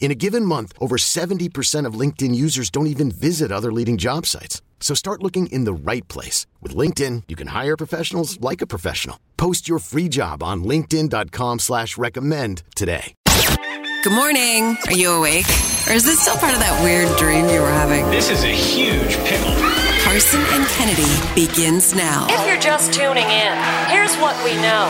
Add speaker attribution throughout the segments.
Speaker 1: In a given month, over 70% of LinkedIn users don't even visit other leading job sites. So start looking in the right place. With LinkedIn, you can hire professionals like a professional. Post your free job on linkedin.com/recommend slash recommend today.
Speaker 2: Good morning. Are you awake? Or is this still part of that weird dream you were having?
Speaker 3: This is a huge pickle.
Speaker 2: Carson and Kennedy begins now.
Speaker 4: If you're just tuning in, here's what we know.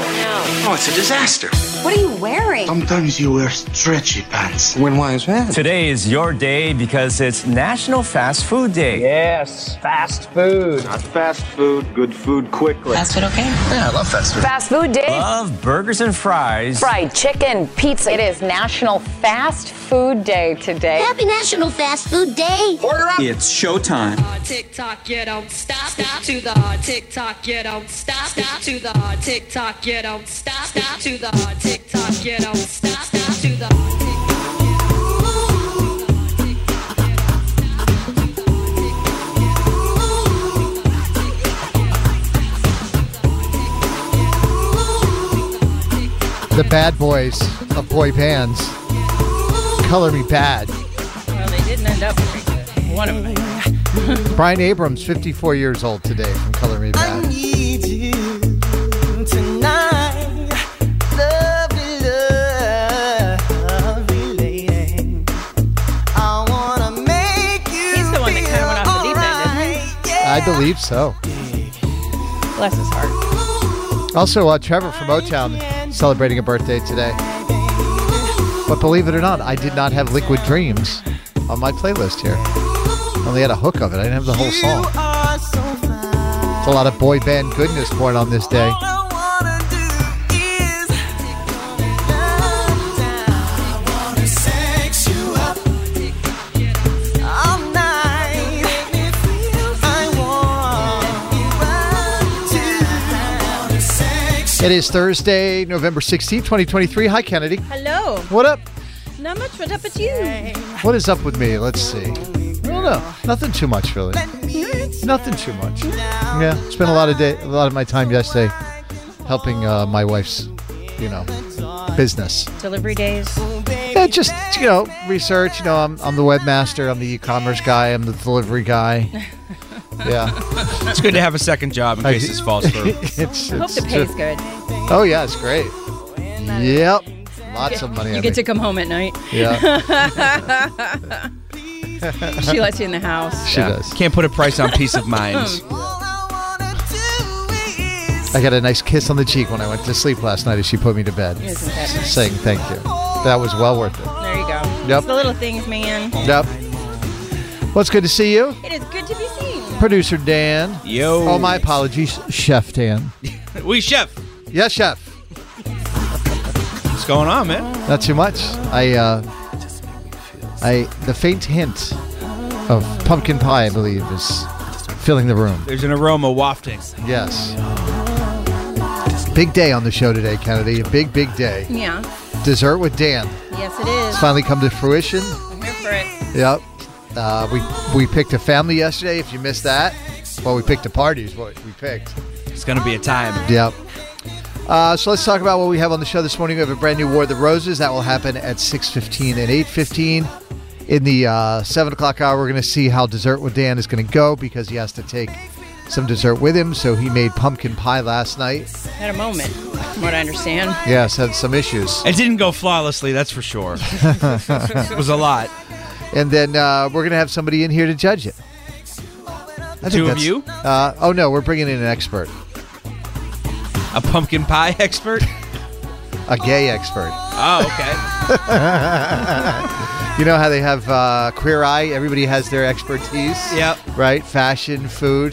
Speaker 3: Oh, it's a disaster.
Speaker 5: What are you wearing?
Speaker 6: Sometimes you wear stretchy pants.
Speaker 7: When why is that?
Speaker 8: Today is your day because it's National Fast Food Day.
Speaker 9: Yes, fast food.
Speaker 10: Not fast food, good food quickly.
Speaker 11: Fast food, okay?
Speaker 12: Yeah, I love fast food.
Speaker 13: Fast food day.
Speaker 8: Love burgers and fries.
Speaker 13: Fried chicken, pizza.
Speaker 14: It is National Fast Food Day today.
Speaker 15: Happy National Fast Food Day.
Speaker 16: Order up. It's showtime.
Speaker 17: Uh, TikTok, you don't stop. Stop to the uh, TikTok, you don't stop. Stop to the uh, TikTok, you don't stop. Stop to the uh, TikTok, you don't stop. Stop to the
Speaker 18: the bad boys of boy bands. Color me bad.
Speaker 19: Well, they didn't end up very good. One of them.
Speaker 18: Brian Abrams, 54 years old today from Color Me Bad.
Speaker 20: I need you tonight. Love, love, relating. I wanna make you
Speaker 19: He's the one that kind of went off the deep end, isn't he?
Speaker 18: I believe so.
Speaker 19: Bless his heart.
Speaker 18: Also, uh, Trevor from Motown celebrating a birthday today. But believe it or not, I did not have Liquid Dreams on my playlist here. I only had a hook of it. I didn't have the whole song. It's a lot of boy band goodness born on this day. It is Thursday, November 16th, 2023. Hi, Kennedy.
Speaker 19: Hello.
Speaker 18: What up?
Speaker 19: Not much. What up with you?
Speaker 18: What is up with me? Let's see. I don't know. Nothing too much, really. Nothing too much. Yeah, spent a lot of day, a lot of my time yesterday helping uh, my wife's, you know, business.
Speaker 19: Delivery days.
Speaker 18: Yeah, just you know, research. You know, I'm I'm the webmaster. I'm the e-commerce guy. I'm the delivery guy. Yeah,
Speaker 21: It's good to have a second job in
Speaker 18: I-
Speaker 21: case this falls through.
Speaker 18: it's, it's
Speaker 19: Hope the pay's
Speaker 18: just-
Speaker 19: good.
Speaker 18: Oh yeah, it's great. Yep, lots of money. I
Speaker 19: You get to
Speaker 18: make.
Speaker 19: come home at night.
Speaker 18: Yeah,
Speaker 19: She lets you in the house.
Speaker 18: she does.
Speaker 21: Can't put a price on peace of mind.
Speaker 18: I got a nice kiss on the cheek when I went to sleep last night as she put me to bed,
Speaker 19: Isn't that nice?
Speaker 18: saying thank you. That was well worth it.
Speaker 19: There you go.
Speaker 18: Yep.
Speaker 19: It's the little things, man.
Speaker 18: Yep. Well, it's good to see you,
Speaker 19: It is good to be seen.
Speaker 18: producer Dan.
Speaker 21: Yo.
Speaker 18: Oh, my apologies, Chef Dan.
Speaker 21: We chef.
Speaker 18: Yes, Chef.
Speaker 21: What's going on, man?
Speaker 18: Not too much. I, uh, I, the faint hint of pumpkin pie, I believe, is filling the room.
Speaker 21: There's an aroma wafting.
Speaker 18: Yes. Big day on the show today, Kennedy. A big, big day.
Speaker 19: Yeah.
Speaker 18: Dessert with Dan.
Speaker 19: Yes, it
Speaker 18: It's
Speaker 19: is.
Speaker 18: finally come to fruition.
Speaker 19: I'm here for it.
Speaker 18: Yep. Uh, we we picked a family yesterday. If you missed that, well, we picked a party. Is what we picked.
Speaker 21: It's gonna be a time.
Speaker 18: Yep. Uh, so let's talk about what we have on the show this morning. We have a brand new War of the Roses that will happen at six fifteen and eight fifteen. In the uh, seven o'clock hour, we're going to see how dessert with Dan is going to go because he has to take some dessert with him. So he made pumpkin pie last night.
Speaker 19: Had a moment, from what I understand.
Speaker 18: Yes, had some issues.
Speaker 21: It didn't go flawlessly, that's for sure. it was a lot.
Speaker 18: and then uh, we're going to have somebody in here to judge it. I
Speaker 21: Two of
Speaker 18: that's-
Speaker 21: you?
Speaker 18: Uh, oh no, we're bringing in an expert.
Speaker 21: A pumpkin pie expert?
Speaker 18: A gay expert.
Speaker 21: Oh, okay.
Speaker 18: you know how they have uh, Queer Eye? Everybody has their expertise.
Speaker 21: Yep.
Speaker 18: Right? Fashion, food.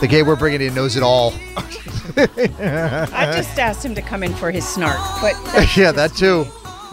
Speaker 18: The gay we're bringing in knows it all.
Speaker 19: I just asked him to come in for his snark, but
Speaker 18: yeah, that too.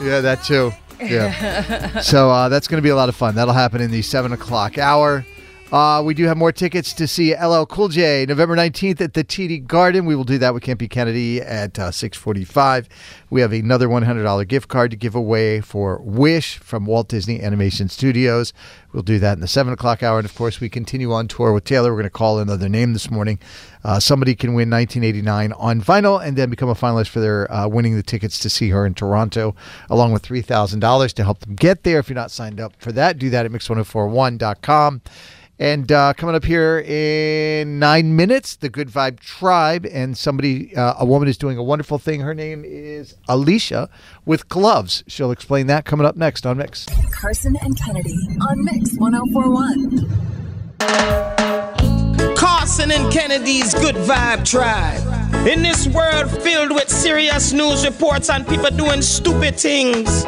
Speaker 18: Yeah, that too. Yeah. so uh, that's going to be a lot of fun. That'll happen in the seven o'clock hour. Uh, we do have more tickets to see LL Cool J November 19th at the TD Garden. We will do that with Campy Kennedy at uh, 6:45. We have another $100 gift card to give away for Wish from Walt Disney Animation Studios. We'll do that in the seven o'clock hour, and of course, we continue on tour with Taylor. We're going to call another name this morning. Uh, somebody can win 1989 on vinyl and then become a finalist for their uh, winning the tickets to see her in Toronto, along with $3,000 to help them get there. If you're not signed up for that, do that at mix1041.com. And uh, coming up here in nine minutes, the Good Vibe Tribe, and somebody, uh, a woman is doing a wonderful thing. Her name is Alicia with gloves. She'll explain that coming up next on Mix.
Speaker 22: Carson and Kennedy on Mix 1041.
Speaker 12: Carson and Kennedy's Good Vibe Tribe. In this world filled with serious news reports and people doing stupid things,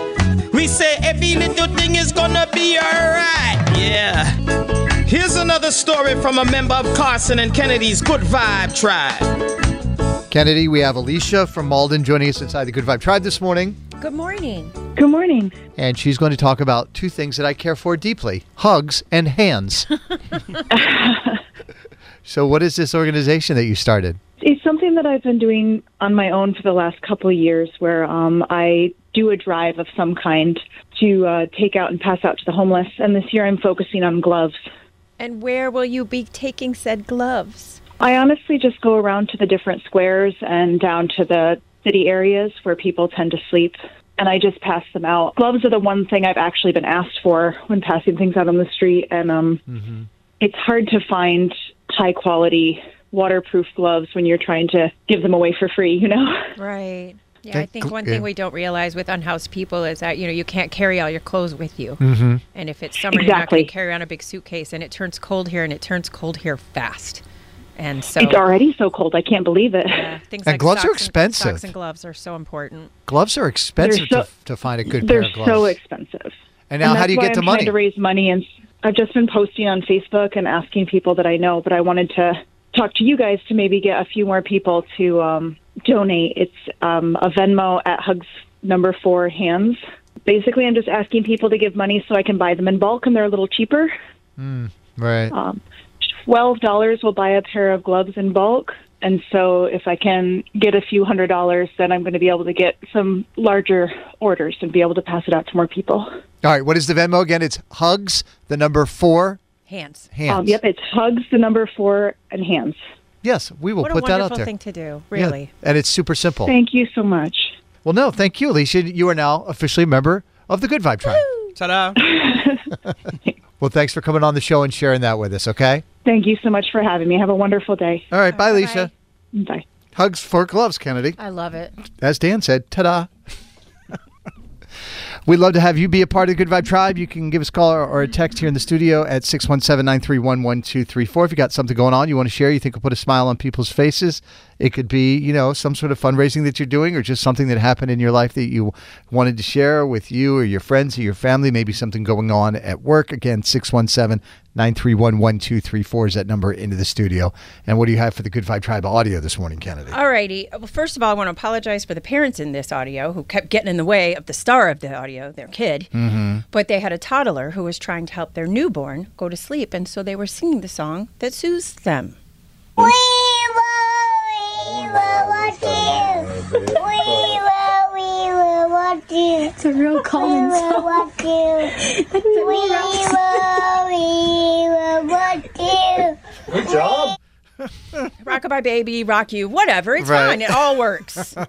Speaker 12: we say every little thing is gonna be alright. Yeah. Here's another story from a member of Carson and Kennedy's Good Vibe Tribe.
Speaker 18: Kennedy, we have Alicia from Malden joining us inside the Good Vibe Tribe this morning.
Speaker 19: Good morning.
Speaker 23: Good morning.
Speaker 18: And she's going to talk about two things that I care for deeply hugs and hands. so, what is this organization that you started?
Speaker 23: It's something that I've been doing on my own for the last couple of years where um, I do a drive of some kind to uh, take out and pass out to the homeless. And this year I'm focusing on gloves.
Speaker 19: And where will you be taking said gloves?
Speaker 23: I honestly just go around to the different squares and down to the city areas where people tend to sleep, and I just pass them out. Gloves are the one thing I've actually been asked for when passing things out on the street, and um, mm-hmm. it's hard to find high quality waterproof gloves when you're trying to give them away for free, you know?
Speaker 19: Right. Yeah, I think one thing we don't realize with unhoused people is that you know you can't carry all your clothes with you,
Speaker 18: mm-hmm.
Speaker 19: and if it's summer, exactly. you're not carry on a big suitcase. And it turns cold here, and it turns cold here fast. And so
Speaker 23: it's already so cold. I can't believe it.
Speaker 19: Yeah, things
Speaker 18: and
Speaker 19: like
Speaker 18: gloves are
Speaker 19: and,
Speaker 18: expensive.
Speaker 19: socks and gloves are so important.
Speaker 18: Gloves are expensive
Speaker 23: so,
Speaker 18: to, to, find a good
Speaker 23: pair
Speaker 18: of gloves.
Speaker 23: They're so expensive.
Speaker 18: And now,
Speaker 23: and
Speaker 18: how do you
Speaker 23: why
Speaker 18: get the
Speaker 23: I'm
Speaker 18: money?
Speaker 23: Trying to raise money, and I've just been posting on Facebook and asking people that I know. But I wanted to talk to you guys to maybe get a few more people to um, donate. It's um, a Venmo at Hugs Number Four Hands. Basically, I'm just asking people to give money so I can buy them in bulk, and they're a little cheaper.
Speaker 18: Mm, right. Um,
Speaker 23: Twelve dollars will buy a pair of gloves in bulk, and so if I can get a few hundred dollars, then I'm going to be able to get some larger orders and be able to pass it out to more people. All
Speaker 18: right. What is the Venmo again? It's Hugs the number four
Speaker 19: hands.
Speaker 18: Hands.
Speaker 23: Um, yep. It's Hugs the number four and hands.
Speaker 18: Yes, we will
Speaker 19: what
Speaker 18: put that out there.
Speaker 19: What a wonderful thing to do, really.
Speaker 18: Yeah, and it's super simple.
Speaker 23: Thank you so much.
Speaker 18: Well, no, thank you, Alicia. You are now officially a member of the Good Vibe Tribe.
Speaker 21: Woo! Ta-da!
Speaker 18: well, thanks for coming on the show and sharing that with us. Okay.
Speaker 23: Thank you so much for having me. Have a wonderful day.
Speaker 18: All right, All bye, right, Alicia.
Speaker 23: Bye. bye.
Speaker 18: Hugs for gloves, Kennedy.
Speaker 19: I love it.
Speaker 18: As Dan said, ta-da. We'd love to have you be a part of the Good Vibe Tribe. You can give us a call or, or a text here in the studio at 617 931 1234. If you got something going on you want to share, you think will put a smile on people's faces, it could be, you know, some sort of fundraising that you're doing or just something that happened in your life that you wanted to share with you or your friends or your family, maybe something going on at work. Again, 617 931 1234 is that number into the studio. And what do you have for the Good Vibe Tribe audio this morning, Kennedy?
Speaker 19: All righty. Uh, Well, first of all, I want to apologize for the parents in this audio who kept getting in the way of the star of the audio, their kid.
Speaker 18: Mm-hmm.
Speaker 19: But they had a toddler who was trying to help their newborn go to sleep. And so they were singing the song that soothes them.
Speaker 24: We will, we will watch you. We will, we will watch you.
Speaker 25: It's a real Collins
Speaker 24: We will watch you. We will, we will watch you.
Speaker 26: Good job.
Speaker 19: Rockabye baby, rock you, whatever. It's right. fine. It all works.
Speaker 18: I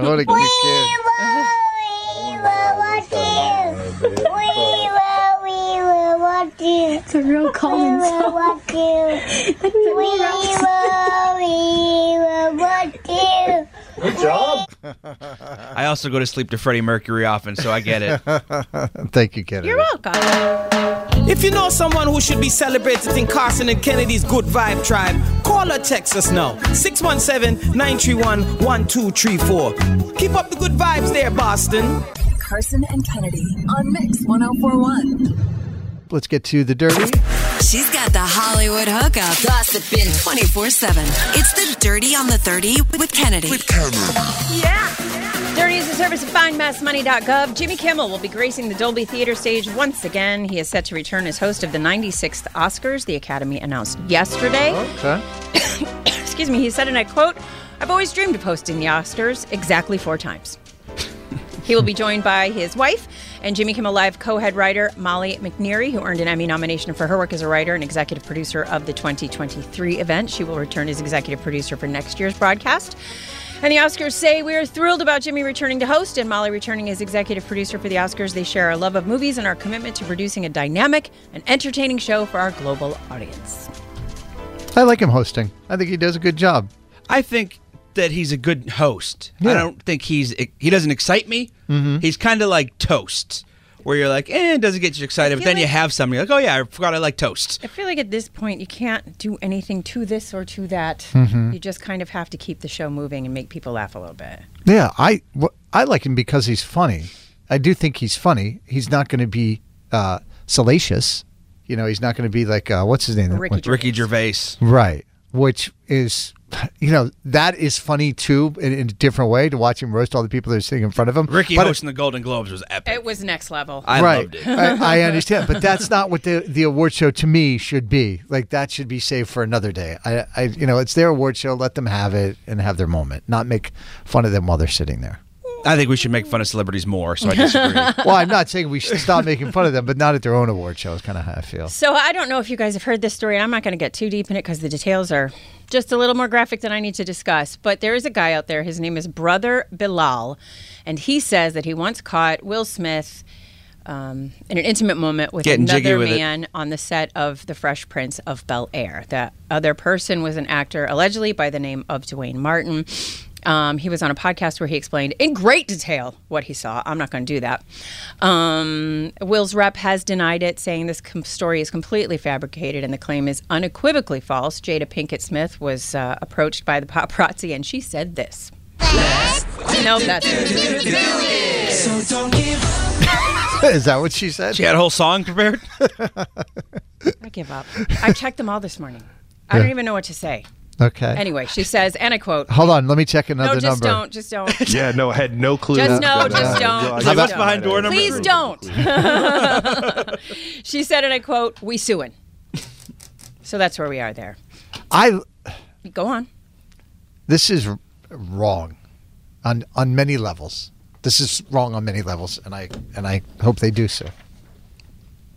Speaker 18: want to get
Speaker 24: a kid. We will, we will watch you. We will, we will watch you.
Speaker 25: It's a real Collins
Speaker 24: We will watch you. We will, we will watch you.
Speaker 26: Good job.
Speaker 21: I also go to sleep to Freddie Mercury often, so I get it.
Speaker 18: Thank you, Kennedy.
Speaker 19: You're welcome.
Speaker 12: If you know someone who should be celebrated in Carson and Kennedy's Good Vibe Tribe, call Call or text us now 617 931 1234. Keep up the good vibes there, Boston.
Speaker 22: Carson and Kennedy on Mix 1041.
Speaker 18: Let's get to the dirty.
Speaker 27: She's got the Hollywood hookup, gossiping 24 7. It's the Dirty on the 30 with Kennedy. With Kennedy.
Speaker 19: Yeah. Dirty is a service of findmassmoney.gov. Jimmy Kimmel will be gracing the Dolby Theater stage once again. He is set to return as host of the 96th Oscars, the Academy announced yesterday.
Speaker 18: Okay.
Speaker 19: Excuse me, he said, and I quote, I've always dreamed of hosting the Oscars exactly four times. He will be joined by his wife and Jimmy Kimmel Live co head writer Molly McNeary, who earned an Emmy nomination for her work as a writer and executive producer of the 2023 event. She will return as executive producer for next year's broadcast. And the Oscars say we are thrilled about Jimmy returning to host and Molly returning as executive producer for the Oscars. They share our love of movies and our commitment to producing a dynamic and entertaining show for our global audience.
Speaker 18: I like him hosting. I think he does a good job.
Speaker 21: I think that he's a good host. I don't think he's he doesn't excite me.
Speaker 18: Mhm.
Speaker 21: He's kind of like toast, where you're like, eh, it doesn't get you
Speaker 19: I
Speaker 21: excited, but
Speaker 19: feel
Speaker 21: then you
Speaker 19: like-
Speaker 21: have something. You're like, oh yeah, I forgot I like toast.
Speaker 19: I feel like at this point you can't do anything to this or to that.
Speaker 18: Mhm.
Speaker 19: You just kind of have to keep the show moving and make people laugh a little bit.
Speaker 18: Yeah, I wh- I like him because he's funny. I do think he's funny. He's not going to be uh, salacious. You know, he's not going to be like uh, what's his name? that went-
Speaker 21: Ricky Gervais.
Speaker 18: Right. Which is, you know, that is funny too in, in a different way to watch him roast all the people that are sitting in front of him.
Speaker 21: Ricky
Speaker 18: But-
Speaker 21: hosting the Golden Globes was epic.
Speaker 19: It was next level.
Speaker 21: I
Speaker 18: right.
Speaker 21: loved it.
Speaker 18: I, I understand, but that's not what the the award show to me should be. Like that should be saved for another day. I, I, you know, it's their award show. Let them have it and have their moment. Not make fun of them while they're sitting there.
Speaker 21: I think we should make fun of celebrities more. So I disagree.
Speaker 18: well, I'm not saying we should stop making fun of them, but not at their own award show is kind of how I feel.
Speaker 19: So I don't know if you guys have heard this story, and I'm not going to get too deep in it because the details are just a little more graphic than I need to discuss. But there is a guy out there. His name is Brother Bilal, and he says that he once caught Will Smith um, in an intimate moment with
Speaker 21: Getting jiggy
Speaker 19: another
Speaker 21: with it.
Speaker 19: man on the set of The Fresh Prince of Bel Air. That other person was an actor, allegedly by the name of Dwayne Martin. Um, he was on a podcast where he explained in great detail what he saw. I'm not going to do that. Um, Will's rep has denied it, saying this com- story is completely fabricated and the claim is unequivocally false. Jada Pinkett Smith was uh, approached by the paparazzi and she said this. No, that's
Speaker 28: So don't give
Speaker 18: is that what she said?
Speaker 21: She had a whole song prepared.
Speaker 19: I give up. I checked them all this morning. I don't
Speaker 18: Yeah.
Speaker 19: even know what to say.
Speaker 18: Okay.
Speaker 19: Anyway, she says, and I quote.
Speaker 18: Hold on, let me check
Speaker 19: No,
Speaker 18: another
Speaker 19: just
Speaker 18: number.
Speaker 19: don't. Just don't.
Speaker 20: yeah, no, I had no clue.
Speaker 19: Just
Speaker 20: that-
Speaker 19: no,
Speaker 20: that-
Speaker 19: just
Speaker 20: that-
Speaker 19: don't.
Speaker 20: I
Speaker 19: Just
Speaker 20: guess-
Speaker 19: don't.
Speaker 21: behind door number
Speaker 19: Please
Speaker 21: three.
Speaker 19: don't. she said, and I quote, "We suing." So that's where we are there.
Speaker 18: I
Speaker 19: Go on.
Speaker 18: this is r- wrong on on many levels. This is wrong on many levels, and I and I hope they do so.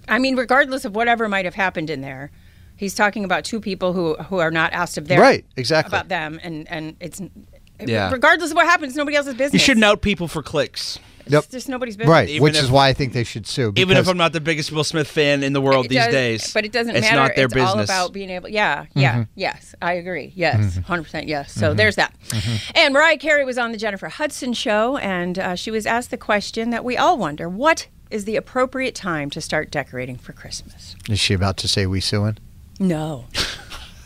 Speaker 19: I mean, regardless of whatever might have happened in there, he's talking about two people who who are not asked of their
Speaker 18: Right, exactly.
Speaker 19: about them, and and it's
Speaker 21: Yeah.
Speaker 19: regardless of what happens, nobody else's business.
Speaker 21: You shouldn't out people for clicks.
Speaker 18: Yep.
Speaker 19: just nobody's business.
Speaker 18: Right,
Speaker 21: Even
Speaker 18: which
Speaker 21: if-
Speaker 18: is why I think they should sue.
Speaker 21: Even if
Speaker 18: because-
Speaker 21: I'm not the biggest Will Smith fan in the world
Speaker 19: It
Speaker 21: these
Speaker 19: does-
Speaker 21: days,
Speaker 19: But it doesn't
Speaker 21: it's
Speaker 19: matter.
Speaker 21: not their
Speaker 19: it's
Speaker 21: business.
Speaker 19: all about being able. Yeah, yeah,
Speaker 21: Mhm.
Speaker 19: yes, I agree. Yes, 100 percent. Yes. So
Speaker 21: Mhm.
Speaker 19: there's that. And Mariah Carey was on the Jennifer Hudson show, and uh, she was asked the question that we all wonder: What is the appropriate time to start decorating for Christmas?
Speaker 18: is she about to say we suing?
Speaker 19: No,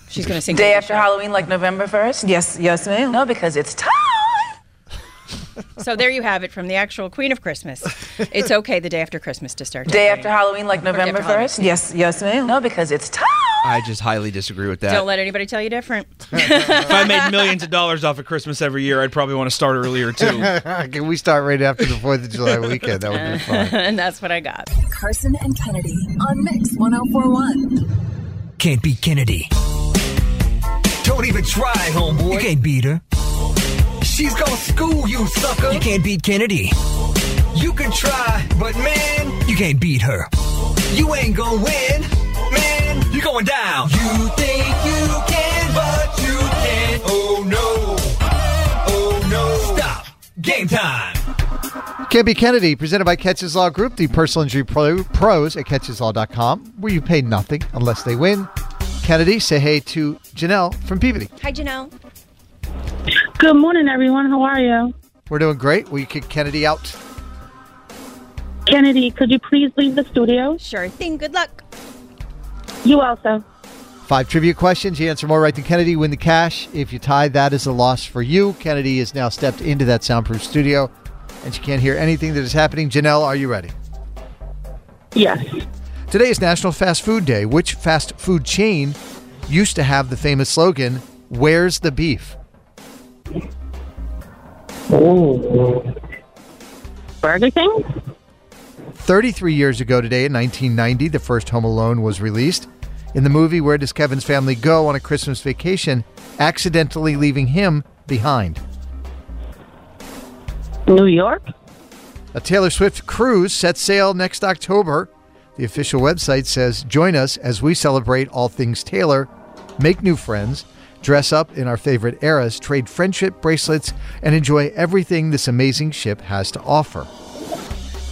Speaker 19: she's going to sing.
Speaker 29: Day after Halloween, like November 1st? Yes, yes, ma'am. No, because it's time.
Speaker 19: So there you have it from the actual Queen of Christmas. It's okay the day after Christmas to start.
Speaker 29: Day
Speaker 19: decorating.
Speaker 29: after Halloween, like
Speaker 19: Or day after
Speaker 29: November
Speaker 19: Halloween.
Speaker 29: 1st? Yes, yes, ma'am. No, because it's time.
Speaker 21: I just highly disagree with that.
Speaker 19: Don't let anybody tell you different.
Speaker 21: if I made millions of dollars off of Christmas every year, I'd probably want to start earlier too.
Speaker 18: Can we start right after the Fourth of July weekend? That would be fun.
Speaker 19: and that's what I got.
Speaker 22: Carson and Kennedy on Mix 1041.
Speaker 30: Can't beat Kennedy. Don't even try, homeboy. You can't beat her. She's gonna school you, sucker. You can't beat Kennedy. You can try, but man, you can't beat her. You ain't gonna win, man. You're going down. You think you can, but you can't. Oh no. Oh no. Stop. Game time.
Speaker 18: Can't be Kennedy, presented by Catches Law Group, the personal injury pro- pros at catcheslaw.com, where you pay nothing unless they win. Kennedy, say hey to Janelle from Peabody.
Speaker 19: Hi, Janelle.
Speaker 31: Good morning, everyone. How are you?
Speaker 18: We're doing great. Will you kick Kennedy out?
Speaker 31: Kennedy, could you please leave the studio?
Speaker 19: Sure thing. Good luck.
Speaker 31: You also.
Speaker 18: Five trivia questions. You answer more right than Kennedy, you win the cash. If you tie, that is a loss for you. Kennedy has now stepped into that soundproof studio, and she can't hear anything that is happening. Janelle, are you ready?
Speaker 31: Yes.
Speaker 18: Today is National Fast Food Day. Which fast food chain used to have the famous slogan, Where's the beef?
Speaker 31: Burger King?
Speaker 18: 33 years ago today, in 1990, the first Home Alone was released. In the movie, where does Kevin's family go on a Christmas vacation, accidentally leaving him behind?
Speaker 31: New York?
Speaker 18: A Taylor Swift cruise sets sail next October. The official website says, Join us as we celebrate all things Taylor, make new friends, dress up in our favorite eras, trade friendship bracelets, and enjoy everything this amazing ship has to offer.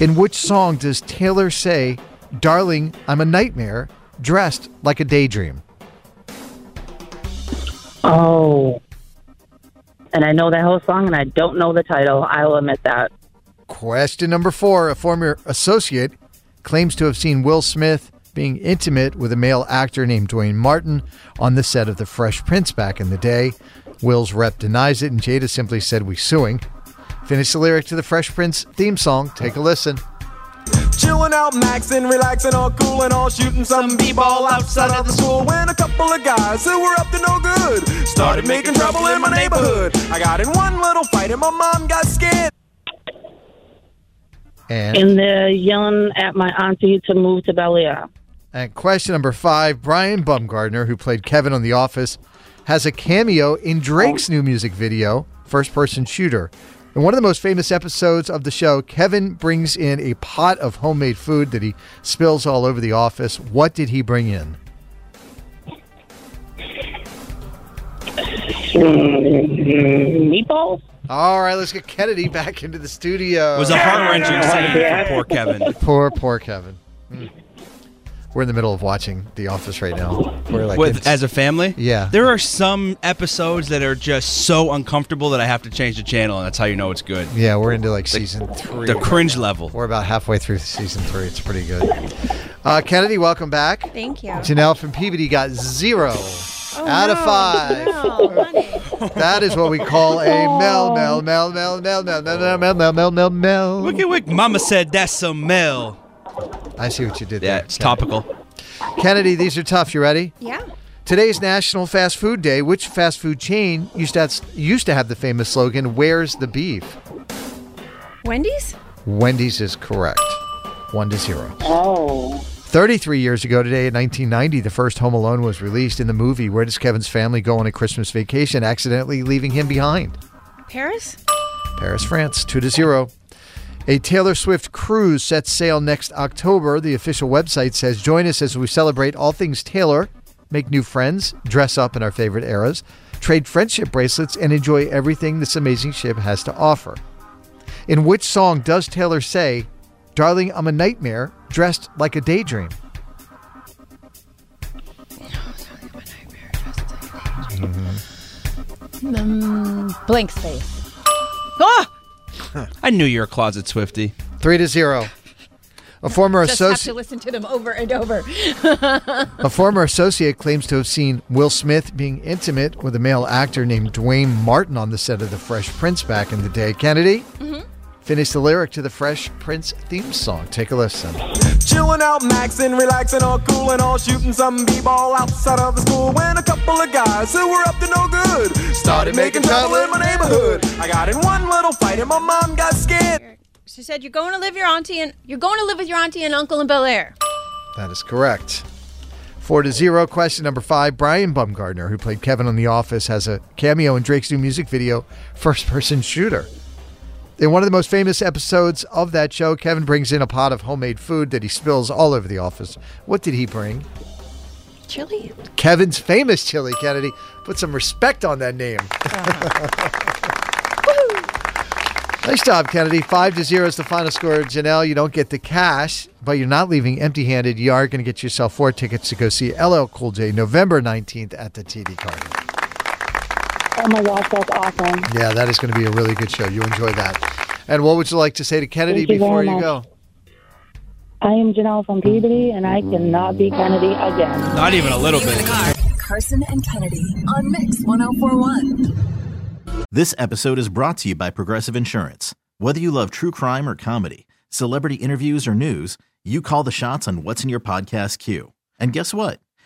Speaker 18: In which song does Taylor say, Darling, I'm a nightmare, dressed like a daydream?
Speaker 31: Oh. And I know that whole song, and I don't know the title. I will admit that.
Speaker 18: Question number four A former associate claims to have seen Will Smith being intimate with a male actor named Dwayne Martin on the set of The Fresh Prince back in the day. Will's rep denies it, and Jada simply said, We suing. Finish the lyric to the Fresh Prince theme song. Take a listen.
Speaker 20: Chilling out, maxing, relaxing, all cool and all shooting some b-ball outside of the school. When a couple of guys who were up to no good started making trouble in my neighborhood. I got in one little fight and my mom got scared.
Speaker 18: And,
Speaker 31: And they're yelling at my auntie to move to Bel Air.
Speaker 18: and question number five Brian Bumgardner, who played Kevin on The Office, has a cameo in Drake's
Speaker 21: Oh.
Speaker 18: new music video, First Person Shooter. In one of the most famous episodes of the show, Kevin brings in a pot of homemade food that he spills all over the office. What did he bring in?
Speaker 31: Meatballs?
Speaker 18: All right, let's get Kennedy back into the studio.
Speaker 21: It was a heart-wrenching scene for poor Kevin.
Speaker 18: Poor, poor Kevin. Mm. We're in the middle of watching The Office right now. We're like,
Speaker 21: With
Speaker 18: it's-
Speaker 21: as a family,
Speaker 18: Yeah.
Speaker 21: There are some episodes that are just so uncomfortable that I have to change the channel, and that's how you know it's good.
Speaker 18: yeah, we're into like season three.
Speaker 21: The cringe level.
Speaker 18: We're about halfway through season three. It's pretty good. Uh, Kennedy, welcome back.
Speaker 19: Thank you. Oh,
Speaker 18: Janelle from Peabody got zero out of five. That is what we call a mel, mel, mel, mel, mel, mel, mel, mel, mel, mel, mel, mel, mel.
Speaker 21: Wicky wick, Mama said that's some Mel.
Speaker 18: I see what you did
Speaker 21: there. Yeah, it's topical.
Speaker 18: Kennedy, these are tough. You ready?
Speaker 19: Yeah.
Speaker 18: Today's National Fast Food Day. Which fast food chain used to have, used to have the famous slogan "Where's the beef"?
Speaker 19: Wendy's?
Speaker 18: Wendy's is correct. One to zero.
Speaker 31: Oh.
Speaker 18: 33 years ago today in 1990, the first Home Alone was released in the movie. Where does Kevin's family go on a Christmas vacation, accidentally leaving him behind?
Speaker 19: Paris?
Speaker 18: Paris, France, 2 to 0. A Taylor Swift cruise sets sail next October. The official website says join us as we celebrate all things Taylor, make new friends, dress up in our favorite eras, trade friendship bracelets, and enjoy everything this amazing ship has to offer. In which song does Taylor say, Darling, I'm a nightmare, dressed like a daydream? Mm-hmm.
Speaker 16: Um, blank space.
Speaker 19: Mm, Ah!
Speaker 21: I knew you were a closet Swifty.
Speaker 18: Three to zero. A former
Speaker 19: Just have
Speaker 18: associate.
Speaker 19: to listen to them over and over.
Speaker 18: A former associate claims to have seen Will Smith being intimate with a male actor named Dwayne Martin on the set of The Fresh Prince back in the day. Kennedy,
Speaker 19: Mm-hmm.
Speaker 20: Mm-hmm.
Speaker 18: finish the lyric to the Fresh Prince theme song. Take a listen.
Speaker 20: Chilling out, maxing, relaxing, all cool and all shooting some b-ball outside of the school. When a couple of guys who were up to no good started making trouble in my neighborhood. I got in one little fight and my mom got scared.
Speaker 19: she said you're going to live your auntie and you're going to live with your auntie and uncle in Bel Air.
Speaker 18: That is correct. Four to zero. Question number five. Brian Bumgardner, who played Kevin on The Office, has a cameo in Drake's new music video, First Person Shooter. In one of the most famous episodes of that show, Kevin brings in a pot of homemade food that he spills all over the office. What did he bring?
Speaker 19: Chili?
Speaker 18: Kevin's famous chili, Kennedy. Put some respect on that name. nice job, Kennedy. Five to zero is the final score. Janelle, you don't get the cash, but you're not leaving empty handed. You are going to get yourself four tickets to go see LL Cool J November 19th at the TD Garden.
Speaker 31: Oh my gosh, that's awesome.
Speaker 18: Yeah, that is going to be a really good show. You enjoy that. And what would you like to say to Kennedy
Speaker 31: Thank you
Speaker 18: before
Speaker 31: very
Speaker 18: you
Speaker 31: much.
Speaker 18: go? Mm-hmm.
Speaker 31: I am Janelle from Peabody, and I cannot be Kennedy again.
Speaker 21: Not even a little bit.
Speaker 22: Carson and Kennedy on Mix 1041.
Speaker 32: This episode is brought to you by Progressive Insurance. Whether you love true crime or comedy, celebrity interviews or news, you call the shots on what's in your podcast queue. And guess what?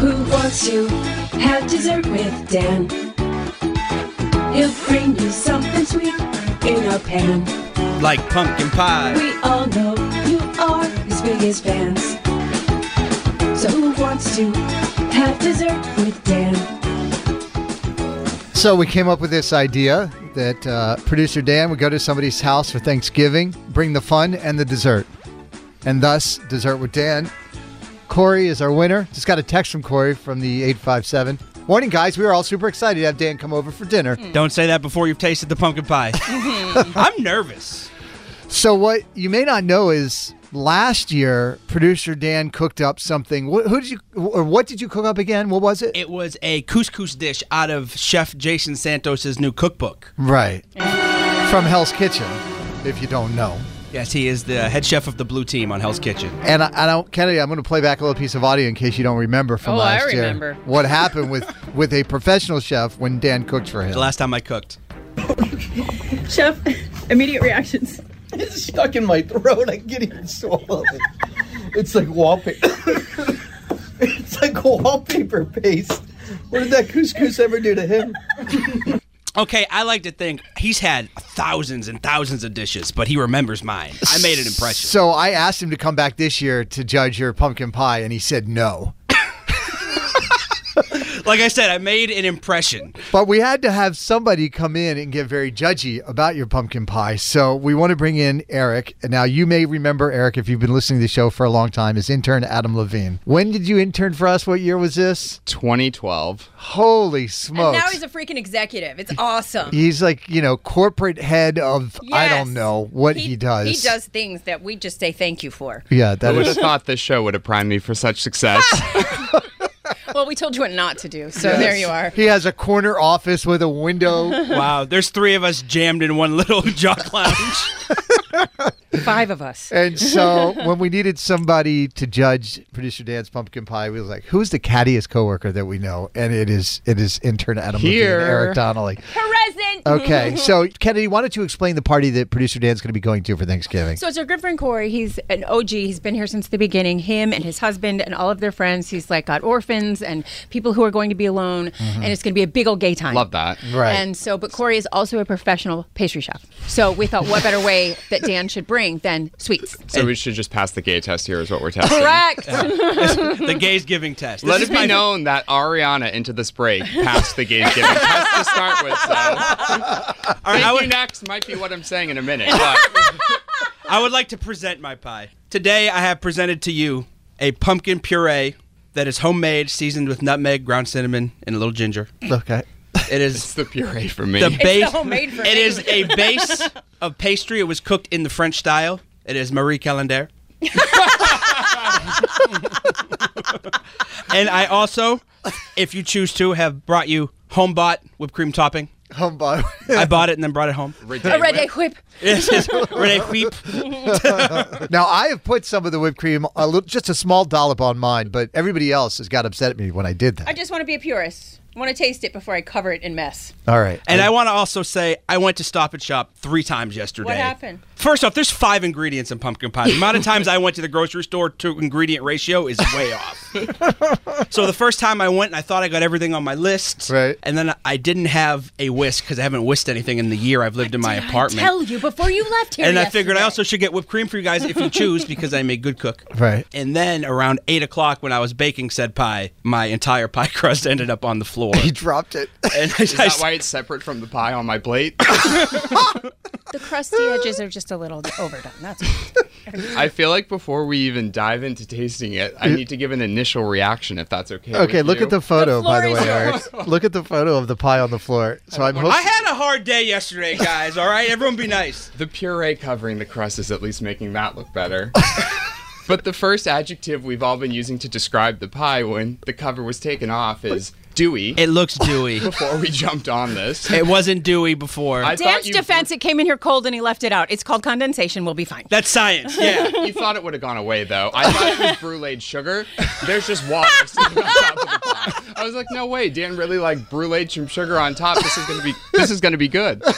Speaker 2: Who wants to have dessert with Dan? He'll bring you something sweet in a pan.
Speaker 21: Like pumpkin pie.
Speaker 2: We all know you are his biggest fans. So who wants to have dessert with Dan?
Speaker 18: So we came up with this idea that uh, producer Dan would go to somebody's house for Thanksgiving, bring the fun and the dessert, and thus dessert with Dan. Corey is our winner. Just got a text from Corey from the eight five seven. Morning, guys. We are all super excited to have Dan come over for dinner.
Speaker 21: Don't say that before you've tasted the pumpkin pie.
Speaker 18: Mm-hmm.
Speaker 21: I'm nervous.
Speaker 18: So what you may not know is last year producer Dan cooked up something. Wh- Who did you or what did you cook up again? What was it?
Speaker 21: It was a couscous dish out of Chef Jason Santos's new cookbook.
Speaker 18: Right. From Hell's Kitchen, if you don't know.
Speaker 21: Yes, he is the head chef of the blue team on Hell's Kitchen.
Speaker 18: And I, I don't, Kennedy, I'm going to play back a little piece of audio in case you don't remember from
Speaker 21: Oh, I
Speaker 18: last year.
Speaker 21: remember.
Speaker 18: What happened with with a professional chef when Dan cooked for him?
Speaker 21: The last time I cooked.
Speaker 19: Chef, immediate reactions.
Speaker 33: It's stuck in my throat. I can't even swallow it. It's like wallpaper. it's like wallpaper paste. What did that couscous ever do to him?
Speaker 21: Okay, I like to think he's had thousands and thousands of dishes, but he remembers mine. I made an impression.
Speaker 18: So I asked him to come back this year to judge your pumpkin pie, and he said no.
Speaker 21: Like I said, I made an impression.
Speaker 18: But we had to have somebody come in and get very judgy about your pumpkin pie. So we want to bring in Eric. And now you may remember Eric if you've been listening to the show for a long time, is intern Adam Levine. When did you intern for us? What year was this?
Speaker 34: 2012.
Speaker 18: Holy smokes.
Speaker 19: Now he's a freaking executive. It's awesome.
Speaker 18: He's like, you know, corporate head of I
Speaker 19: Yes.
Speaker 18: don't know what he, does.
Speaker 19: He does things that we just say thank you for.
Speaker 18: Yeah, that
Speaker 34: I would
Speaker 18: is-
Speaker 34: have thought this show would have primed me for such success.
Speaker 19: well, we told you what not to do, so
Speaker 21: Yes.
Speaker 19: there you are.
Speaker 18: He has a corner office with a window.
Speaker 21: wow, there's three of us jammed in one little jock lounge.
Speaker 19: Five of us.
Speaker 18: And so when we needed somebody to judge producer Dan's pumpkin pie, we was like, "Who's the cattiest coworker that we know?" And it is it is intern Adam Levine
Speaker 34: Here.
Speaker 18: and Eric Donnelly.
Speaker 19: Present.
Speaker 18: Okay, so Kennedy, why don't you explain the party that producer Dan's going to be going to for Thanksgiving?
Speaker 19: So it's our good friend Corey. He's an OG. He's been here since the beginning. Him and his husband and all of their friends. He's like got orphans and people who are going to be alone, and it's going to be a big old gay time.
Speaker 34: Mm-hmm. Love that.
Speaker 19: And so, but Corey is also a professional pastry chef. So we thought, what better way that Dan should bring than sweets?
Speaker 34: so we should just pass the gay test here, is what we're testing.
Speaker 19: Correct.
Speaker 21: the gays giving test.
Speaker 34: Let
Speaker 21: This
Speaker 34: it
Speaker 21: is my-
Speaker 34: be known that Ariana into this break passed the gay giving test to start with. So. Thank you next might be what I'm saying in a minute. but-
Speaker 21: I would like to present my pie. Today I have presented to you a pumpkin puree that is homemade, seasoned with nutmeg, ground cinnamon, and a little ginger.
Speaker 18: Okay.
Speaker 21: It is
Speaker 34: the puree for me.
Speaker 21: The
Speaker 34: It's
Speaker 21: base,
Speaker 34: the homemade for
Speaker 21: it
Speaker 34: me.
Speaker 21: is a base of pastry. It was cooked in the French style. It is Marie Callenderre. and I also, if you choose to, have brought you home bought whipped cream topping.
Speaker 18: Humbug.
Speaker 21: I bought it and then brought it home.
Speaker 19: A red egg whip.
Speaker 21: Yes, yes. Red egg whip.
Speaker 18: now I have put some of the whipped cream, a little, just a small dollop on mine, but everybody else has got upset at me when I did that.
Speaker 19: I just want to be a purist. I want to taste it before I cover it in mess.
Speaker 18: All right.
Speaker 21: And I want to also say I went to Stop and Shop three times yesterday.
Speaker 19: What happened?
Speaker 21: First off, there's five ingredients in pumpkin pie. The amount of times I went to the grocery store to ingredient ratio is way off. so the first time I went, and I thought I got everything on my list. Right. And then I didn't have a whisk because I haven't whisked anything in the year I've lived in my apartment.
Speaker 19: Tell you before you left here.
Speaker 21: and I
Speaker 19: yesterday.
Speaker 21: figured I also should get whipped cream for you guys if you choose because I'm a good cook.
Speaker 18: Right.
Speaker 21: And then around eight o'clock when I was baking said pie, my entire pie crust ended up on the floor.
Speaker 18: He dropped it.
Speaker 21: And I,
Speaker 34: Is that why it's separate from the pie on my plate?
Speaker 19: The crusty edges are just a little overdone. That's all.
Speaker 34: I feel like before we even dive into tasting it, I need to give an initial reaction if that's okay.
Speaker 18: okay,
Speaker 34: with
Speaker 18: look
Speaker 34: you.
Speaker 18: at the photo, by the way,
Speaker 34: yours.
Speaker 18: Eric. Look at the photo of the pie on the floor. So I'm
Speaker 21: I
Speaker 18: hoping.
Speaker 21: had a hard day yesterday, guys. All right, everyone, be nice.
Speaker 34: The puree covering the crust is at least making that look better. but the first adjective we've all been using to describe the pie when the cover was taken off is dewy. It
Speaker 21: looks dewy.
Speaker 34: Before we jumped on this,
Speaker 21: it wasn't dewy before.
Speaker 34: I thought
Speaker 19: Dan's
Speaker 34: you
Speaker 19: defense, it came in here cold and he left it out. It's called condensation. We'll be fine.
Speaker 21: That's science. Yeah.
Speaker 34: you thought it would have gone away though. I thought it was bruleed sugar. There's just water sitting on top of the pie. I was like, no way. Dan really like bruleed some sugar on top. This is gonna be this is gonna be good.
Speaker 18: yeah,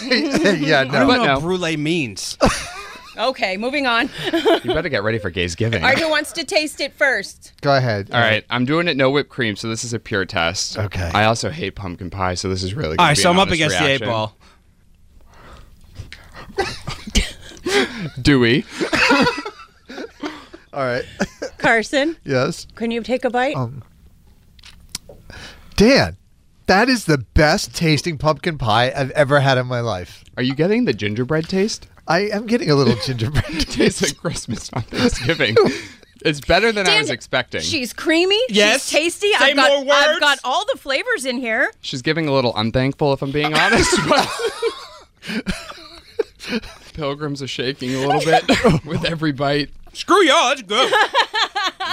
Speaker 21: I don't
Speaker 34: But
Speaker 21: know
Speaker 34: no.
Speaker 21: what brulee means.
Speaker 19: Okay, moving on.
Speaker 34: You better get ready for Gay's giving.
Speaker 19: All right, who wants to taste it first?
Speaker 18: Go ahead.
Speaker 34: All right, I'm doing it no whipped cream, so this is a pure test. Okay. I also hate pumpkin pie, so this is really.
Speaker 21: All
Speaker 34: gonna
Speaker 21: right,
Speaker 34: be
Speaker 21: so
Speaker 34: an
Speaker 21: I'm up
Speaker 34: honest
Speaker 21: against the
Speaker 34: reaction.
Speaker 21: eight ball.
Speaker 34: Dewey.
Speaker 18: All right.
Speaker 19: Carson,
Speaker 18: Yes.
Speaker 19: can you take a bite?
Speaker 18: Um, Dan, that is the best tasting pumpkin pie I've ever had in my life.
Speaker 34: Are you getting the gingerbread taste?
Speaker 18: I am getting a little gingerbread
Speaker 34: tastes like Christmas on Thanksgiving. it's better than I was expecting.
Speaker 19: She's creamy.
Speaker 34: Yes.
Speaker 19: She's tasty.
Speaker 34: Say
Speaker 19: I've got,
Speaker 34: more words.
Speaker 19: I've got all the flavors in here.
Speaker 34: She's giving a little unthankful, if I'm being honest. Pilgrims are shaking a little bit with every bite.
Speaker 21: Screw y'all. It's good.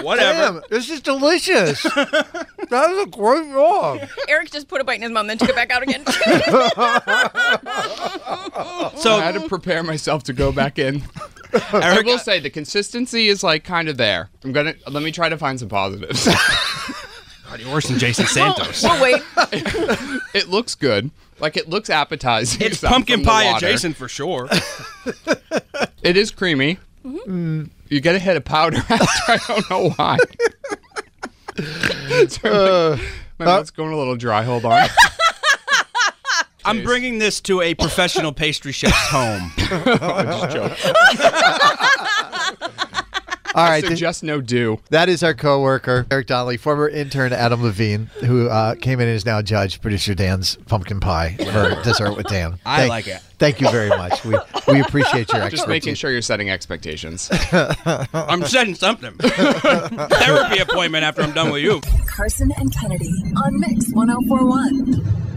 Speaker 21: Whatever.
Speaker 18: Damn, this is delicious. that was a great roll.
Speaker 19: Eric just put a bite in his mouth and then took it back out again.
Speaker 34: So I had to prepare myself to go back in. I will say the consistency is like kind of there. I'm gonna let me try to find some positives.
Speaker 21: God, you're worse than Jason Santos.
Speaker 19: We'll wait.
Speaker 34: it looks good. Like it looks appetizing.
Speaker 21: It's
Speaker 34: aside
Speaker 21: pumpkin
Speaker 34: from the
Speaker 21: pie
Speaker 34: water.
Speaker 21: adjacent for sure.
Speaker 34: It is creamy.
Speaker 19: Mm-hmm.
Speaker 34: You get a hit of powder after. I don't know why. So
Speaker 19: Uh,
Speaker 34: my- my mouth's going a little dry. Hold on.
Speaker 21: I'm bringing this to a professional pastry chef's home.
Speaker 18: All right, th-
Speaker 34: just no do.
Speaker 18: That is our coworker Eric Donnelly, former intern Adam Levine, who uh, came in and is now judge producer Dan's pumpkin pie for dessert with Dan.
Speaker 34: I
Speaker 18: Thank-
Speaker 34: like it.
Speaker 18: Thank you very much. We we
Speaker 19: uh,
Speaker 18: appreciate your
Speaker 34: Just making
Speaker 18: expertise.
Speaker 34: sure you're setting expectations.
Speaker 21: I'm setting something. Therapy appointment after I'm done with you.
Speaker 22: Carson and Kennedy on Mix 1041.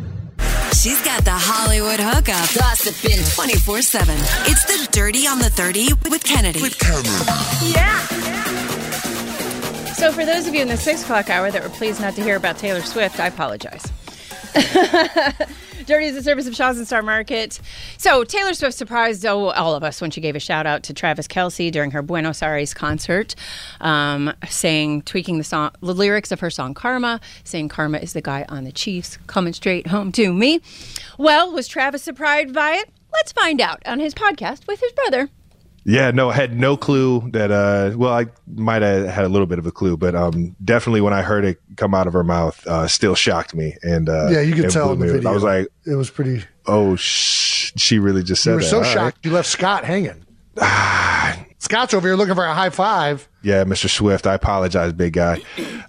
Speaker 27: She's got the Hollywood hookup. Gossiping 24 7. It's the Dirty on the 30 with Kennedy. With Kennedy.
Speaker 19: Yeah. So, for those of you in the six o'clock hour that were pleased not to hear about Taylor Swift, I apologize. Dirty is a service of Shaw's and Star Market. So, Taylor Swift surprised oh, all of us when she gave a shout out to Travis Kelsey during her Buenos Aires concert, um, saying, tweaking the, song, the lyrics of her song Karma, saying, Karma is the guy on the Chiefs coming straight home to me. Well, was Travis surprised by it? Let's find out on his podcast with his brother,
Speaker 35: Yeah, no, I had no clue that. Uh, well, I might have had a little bit of a clue, but um, definitely when I heard it come out of her mouth, uh, still shocked me. And uh,
Speaker 23: yeah, you could
Speaker 35: it
Speaker 23: tell
Speaker 35: blew
Speaker 23: in the
Speaker 35: me-
Speaker 23: video.
Speaker 35: I was like,
Speaker 23: it was pretty.
Speaker 35: oh, sh- she really just said
Speaker 23: You were
Speaker 35: that.
Speaker 23: so
Speaker 35: All right. Ah.
Speaker 23: shocked you left Scott hanging. Scott's over here looking for a high five.
Speaker 35: Yeah, Mr. Swift, I apologize, big guy.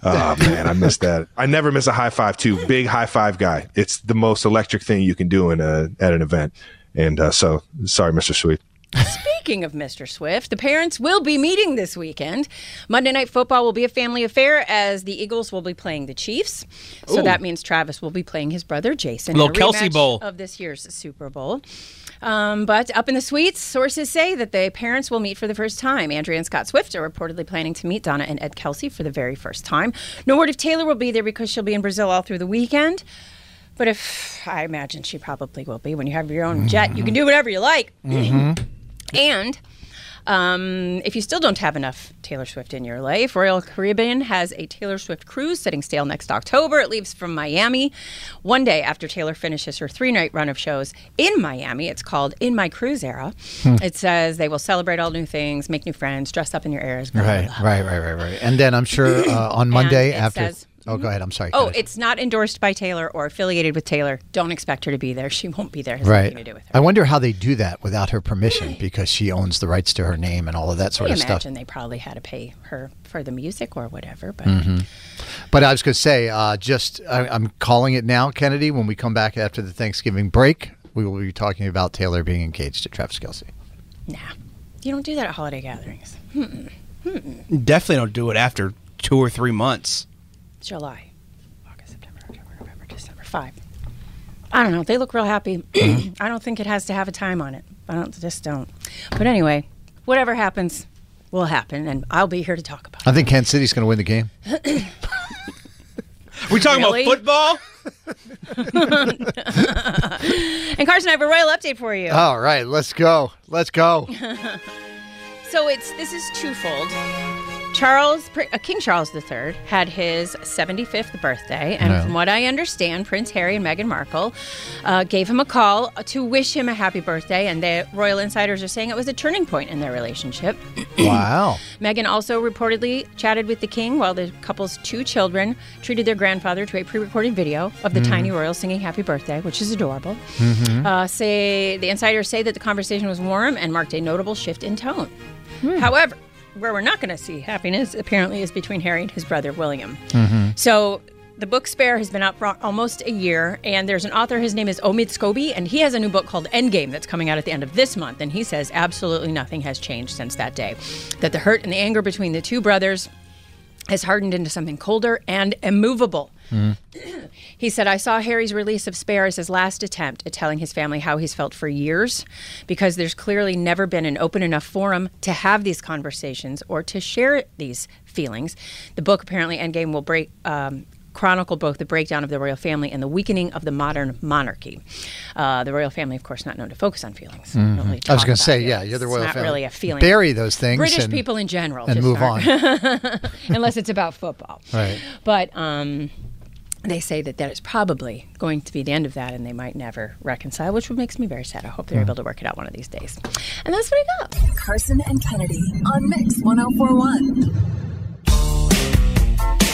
Speaker 35: Oh man, I missed that. I never miss a high five too. Big high five guy. It's the most electric thing you can do in a at an event. And uh, so, sorry, Mr. Swift.
Speaker 19: Speaking of Mr. Swift, the parents will be meeting this weekend. Monday Night Football will be a family affair as the Eagles will be playing the Chiefs. So
Speaker 21: Ooh.
Speaker 19: that means Travis will be playing his brother Jason. in
Speaker 21: Little Kelsey
Speaker 19: rematch
Speaker 21: Bowl.
Speaker 19: of this year's Super Bowl. Um, but up in the suites, sources say that the parents will meet for the first time. Andrea and Scott Swift are reportedly planning to meet Donna and Ed Kelsey for the very first time. No word if Taylor will be there because she'll be in Brazil all through the weekend. But if I imagine she probably will be when you have your own jet, you can do whatever you like.
Speaker 26: Mm-hmm.
Speaker 19: And um, if you still don't have enough Taylor Swift in your life, Royal Caribbean has a Taylor Swift cruise setting sail next October. It leaves from Miami one day after Taylor finishes her three night run of shows in Miami. It's called In My Cruise Era.
Speaker 18: Hmm.
Speaker 19: It says they will celebrate all new things, make new friends, dress up in your eras. blah, blah,
Speaker 18: Right, right, right, right, right. And then I'm sure uh, on Monday
Speaker 19: it
Speaker 18: after.
Speaker 19: says-
Speaker 18: oh, go ahead. I'm sorry.
Speaker 19: Oh, it's not endorsed by Taylor or affiliated with Taylor. Don't expect her to be there. She won't be there. It has
Speaker 18: right.
Speaker 19: nothing to do with
Speaker 18: I wonder how they do that without her permission because she owns the rights to her name and all of that
Speaker 19: it.
Speaker 18: sort
Speaker 19: I
Speaker 18: of stuff.
Speaker 19: imagine they probably had to pay her for the music or whatever. But
Speaker 18: hmm But I was going to say, uh, just I, I'm calling it now, Kennedy. When we come back after the Thanksgiving break, we will be talking about Taylor being engaged to Travis Kelsey.
Speaker 19: you don't do that at holiday gatherings. Hmm. Hmm.
Speaker 21: Definitely don't do it after two or three months.
Speaker 19: July, August, September, October, November, December. Five. I don't know. They look real happy. I don't think it has to have a time on it. I don't just don't. But anyway, whatever happens will happen, and I'll be here to talk about.
Speaker 18: I think Kansas City's going to win the game.
Speaker 19: it.
Speaker 21: We talking
Speaker 19: Really?
Speaker 21: about football?
Speaker 19: and Carson, I have a royal update for you.
Speaker 18: All right, let's go. Let's go.
Speaker 12: Oh.
Speaker 19: so it's this is twofold. Charles, Pri- uh, King Charles III, had his 75th birthday, and
Speaker 12: Yeah.
Speaker 19: from what I understand, Prince Harry and Meghan Markle uh, gave him a call to wish him a happy birthday, and the royal insiders are saying it was a turning point in their relationship.
Speaker 18: wow.
Speaker 19: Meghan also reportedly chatted with the king while the couple's two children treated their grandfather to a pre-recorded video of the
Speaker 12: Mm.
Speaker 19: tiny royal singing "Happy Birthday," which is adorable.
Speaker 12: Mhm.
Speaker 19: Uh, say the insiders say that the conversation was warm and marked a notable shift in tone. However, where we're not going to see happiness apparently is between Harry and his brother William.
Speaker 12: Mhm.
Speaker 19: So. The book Spare has been out for almost a year, and there's an author. His name is Omid Scobie, and he has a new book called Endgame that's coming out at the end of this month. And he says absolutely nothing has changed since that day. That the hurt and the anger between the two brothers has hardened into something colder and immovable.
Speaker 18: Hmm.
Speaker 19: He said, I saw Harry's release of Spare as his last attempt at telling his family how he's felt for years because there's clearly never been an open enough forum to have these conversations or to share these feelings. The book, apparently, Endgame, will break. Um, Chronicle both the breakdown of the royal family and the weakening of the modern monarchy. Uh, the royal family, of course, not known to focus on feelings. Don't
Speaker 18: Mhm.
Speaker 19: really
Speaker 18: I
Speaker 19: talk
Speaker 18: was going
Speaker 19: about
Speaker 18: to say,
Speaker 19: feelings.
Speaker 18: yeah, you're the
Speaker 19: It's
Speaker 18: royal
Speaker 19: not
Speaker 18: family.
Speaker 19: really a feeling.
Speaker 18: Bury those things.
Speaker 19: British
Speaker 18: and-
Speaker 19: people in general
Speaker 18: and
Speaker 19: just
Speaker 18: move
Speaker 19: aren't.
Speaker 18: on.
Speaker 19: unless it's about football.
Speaker 18: Right.
Speaker 19: But um, they say that that is probably going to be the end of that, and they might never reconcile, which makes me very sad. I hope they're
Speaker 22: Hmm.
Speaker 19: able to work it out one of these days. And that's what I got.
Speaker 22: Carson and Kennedy on Mix 1041.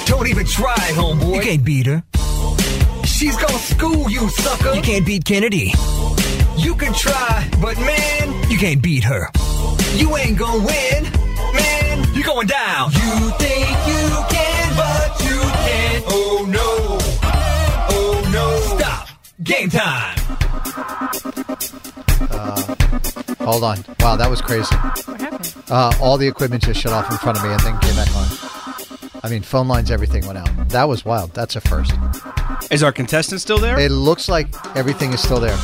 Speaker 30: Don't even try, homeboy. You can't beat her. She's gonna school you, sucker. You can't beat Kennedy. You can try, but man, you can't beat her. You ain't gonna win, man. You're going down. You think you can, but you can't. Oh no. Oh no. Stop. Game time.
Speaker 18: Uh, hold on. Wow, that was crazy. What
Speaker 19: happened?
Speaker 18: Uh, all the equipment just shut off in front of me and then came back on. I mean, phone lines, everything went out. That was wild. That's a first.
Speaker 21: Is our contestant still there?
Speaker 18: It looks like everything is still there.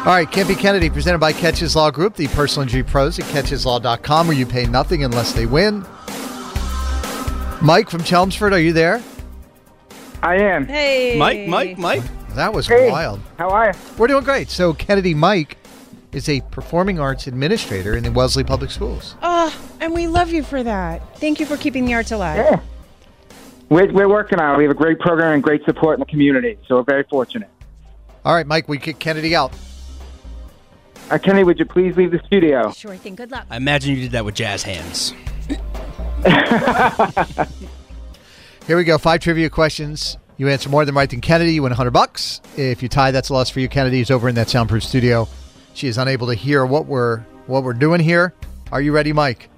Speaker 18: All right, Campy Kennedy, presented by Catches Law Group, the personal injury pros at catcheslaw.com, where you pay nothing unless they win. Mike from Chelmsford, are you there?
Speaker 24: I am.
Speaker 19: Hey.
Speaker 21: Mike, Mike, Mike.
Speaker 18: That was wild.
Speaker 24: How are you?
Speaker 18: We're doing great. So, Kennedy Mike is a performing arts administrator in the Wellesley Public Schools.
Speaker 19: Oh, and we love you for that. Thank you for keeping the arts alive. Yeah.
Speaker 24: We're, we're working on it. We have a great program and great support in the community, so we're very fortunate.
Speaker 18: All right, Mike, we kick Kennedy out.
Speaker 24: Uh, Kenny, would you please leave the studio?
Speaker 19: Sure thing. Good luck.
Speaker 21: I imagine you did that with jazz hands.
Speaker 18: Here we go. Five trivia questions. You answer more than right than Kennedy, you win 100 bucks. If you tie, that's a loss for you. Kennedy is over in that soundproof studio. She is unable to hear what we're what we're doing here. Are you ready, Mike?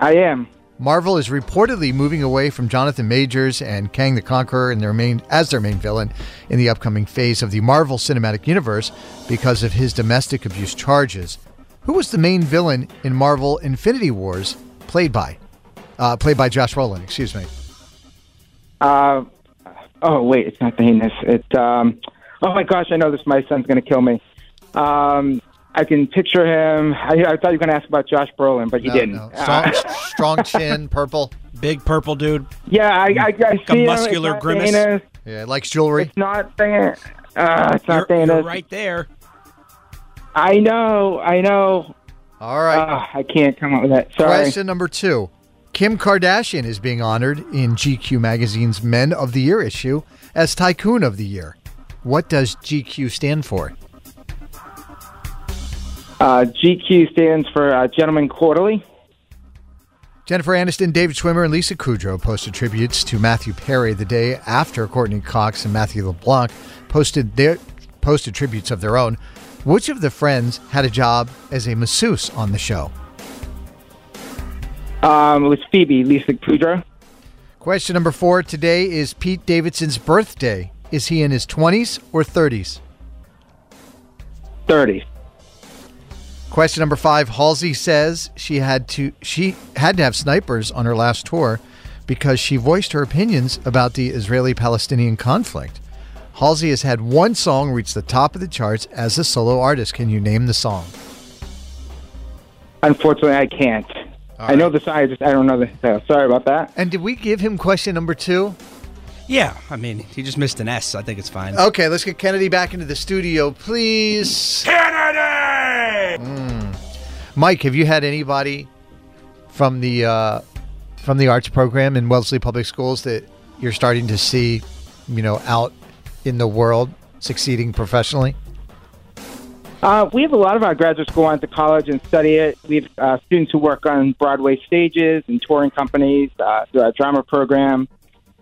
Speaker 24: I am.
Speaker 18: Marvel is reportedly moving away from Jonathan Majors and Kang the Conqueror and their main as their main villain in the upcoming phase of the Marvel Cinematic Universe because of his domestic abuse charges. Who was the main villain in Marvel Infinity Wars, played by, uh, played by Josh Brolin? Excuse me.
Speaker 24: Uh, oh, wait, it's not the heinous. It's, um, oh my gosh, I know this. My son's going to kill me. Um, I can picture him. I, I thought you were going to ask about Josh Brolin, but you
Speaker 18: No,
Speaker 24: didn't.
Speaker 18: no.
Speaker 24: Uh,
Speaker 18: Strong, strong chin, purple.
Speaker 21: Big purple dude.
Speaker 24: yeah, I, I, I
Speaker 21: a
Speaker 24: see him. It's not
Speaker 21: muscular
Speaker 24: the
Speaker 21: grimace.
Speaker 24: heinous.
Speaker 18: Yeah, likes jewelry.
Speaker 24: It's not saying. Uh, it's not saying
Speaker 21: You're
Speaker 24: this.
Speaker 21: right there.
Speaker 24: I know. I know. Uh,
Speaker 18: All right.
Speaker 24: I can't come up with that. Sorry.
Speaker 18: Question number two. Kim Kardashian is being honored in GQ magazine's Men of the Year issue as Tycoon of the Year. What does GQ stand for?
Speaker 24: Uh, GQ stands for uh, Gentleman Quarterly.
Speaker 18: Jennifer Aniston, David Schwimmer, and Lisa Kudrow posted tributes to Matthew Perry the day after Courtney Cox and Matthew LeBlanc posted their posted tributes of their own. Which of the friends had a job as a masseuse on the show?
Speaker 24: Um, it was Phoebe Lisa Kudrow.
Speaker 18: Question number four today is Pete Davidson's birthday. Is he in his 20s or 30s?
Speaker 24: 30.
Speaker 18: Question number five Halsey says she had to she had to have snipers on her last tour because she voiced her opinions about the Israeli Palestinian conflict. Halsey has had one song reach the top of the charts as a solo artist. Can you name the song?
Speaker 24: Unfortunately, I can't. I know the song. I just I don't know the. So sorry about that.
Speaker 18: And did we give him question number two?
Speaker 21: Yeah, I mean, he just missed an S. so I think it's fine.
Speaker 18: Okay, let's get Kennedy back into the studio, please. Kennedy! Mike, have you had anybody from the uh, from the arts program in Wellesley Public Schools that you're starting to see, you know, out in the world succeeding professionally?
Speaker 24: Uh, we have a lot of our graduates go on to college and study it. We have uh, students who work on Broadway stages and touring companies, uh, through our drama program.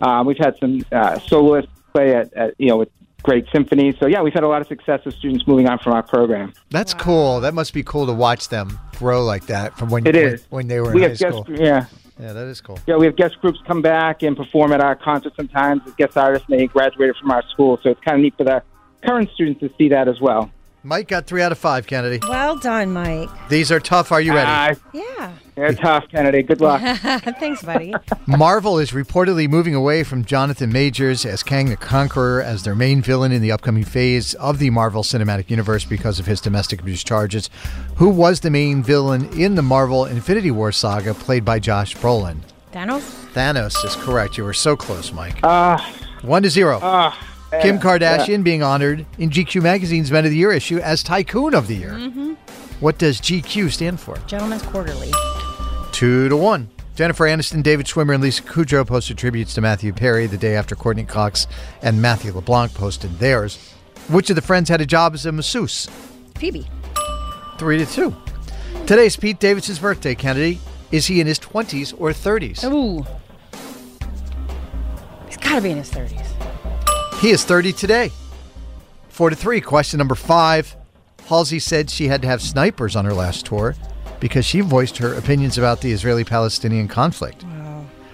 Speaker 24: Uh, we've had some uh, soloists play at, at you know with great symphonies. So yeah, we've had a lot of success with students moving on from our program.
Speaker 18: That's cool. That must be cool to watch them grow like that from when
Speaker 24: It
Speaker 18: when,
Speaker 24: is.
Speaker 18: when they were
Speaker 24: we
Speaker 18: in high
Speaker 24: have guest,
Speaker 18: school.
Speaker 24: Yeah.
Speaker 18: Yeah, that is cool.
Speaker 24: Yeah, we have guest groups come back and perform at our concerts sometimes as guest artists, and they graduated from our school. So it's kind of neat for the current students to see that as well.
Speaker 18: Mike got three out of five, Kennedy.
Speaker 19: Well done, Mike.
Speaker 18: These are tough. Are you ready?
Speaker 19: Yeah.
Speaker 24: They're tough, Kennedy. Good luck.
Speaker 19: Thanks, buddy.
Speaker 18: Marvel is reportedly moving away from Jonathan Majors as Kang the Conqueror as their main villain in the upcoming phase of the Marvel Cinematic Universe because of his domestic abuse charges. Who was the main villain in the Marvel Infinity War saga played by Josh Brolin?
Speaker 19: Thanos?
Speaker 18: Thanos is correct. You were so close, Mike.
Speaker 24: Ah.
Speaker 18: One to zero.
Speaker 24: Ah,
Speaker 18: Kim
Speaker 24: yeah,
Speaker 18: Kardashian
Speaker 24: yeah.
Speaker 18: being honored in GQ Magazine's Men of the Year issue as Tycoon of the Year.
Speaker 19: Mm-hmm.
Speaker 18: What does GQ stand for?
Speaker 19: Gentlemen's Quarterly.
Speaker 18: Two to one. Jennifer Aniston, David Schwimmer, and Lisa Kudrow posted tributes to Matthew Perry the day after Courtney Cox and Matthew LeBlanc posted theirs. Which of the friends had a job as a masseuse?
Speaker 19: Phoebe.
Speaker 18: Three to two. Today's Pete Davidson's birthday, Kennedy. Is he in his 20s or 30s?
Speaker 19: Ooh. He's got to be in his 30s.
Speaker 18: He is 30 today. Four to three. Question number five. Halsey said she had to have snipers on her last tour because she voiced her opinions about the Israeli Palestinian conflict.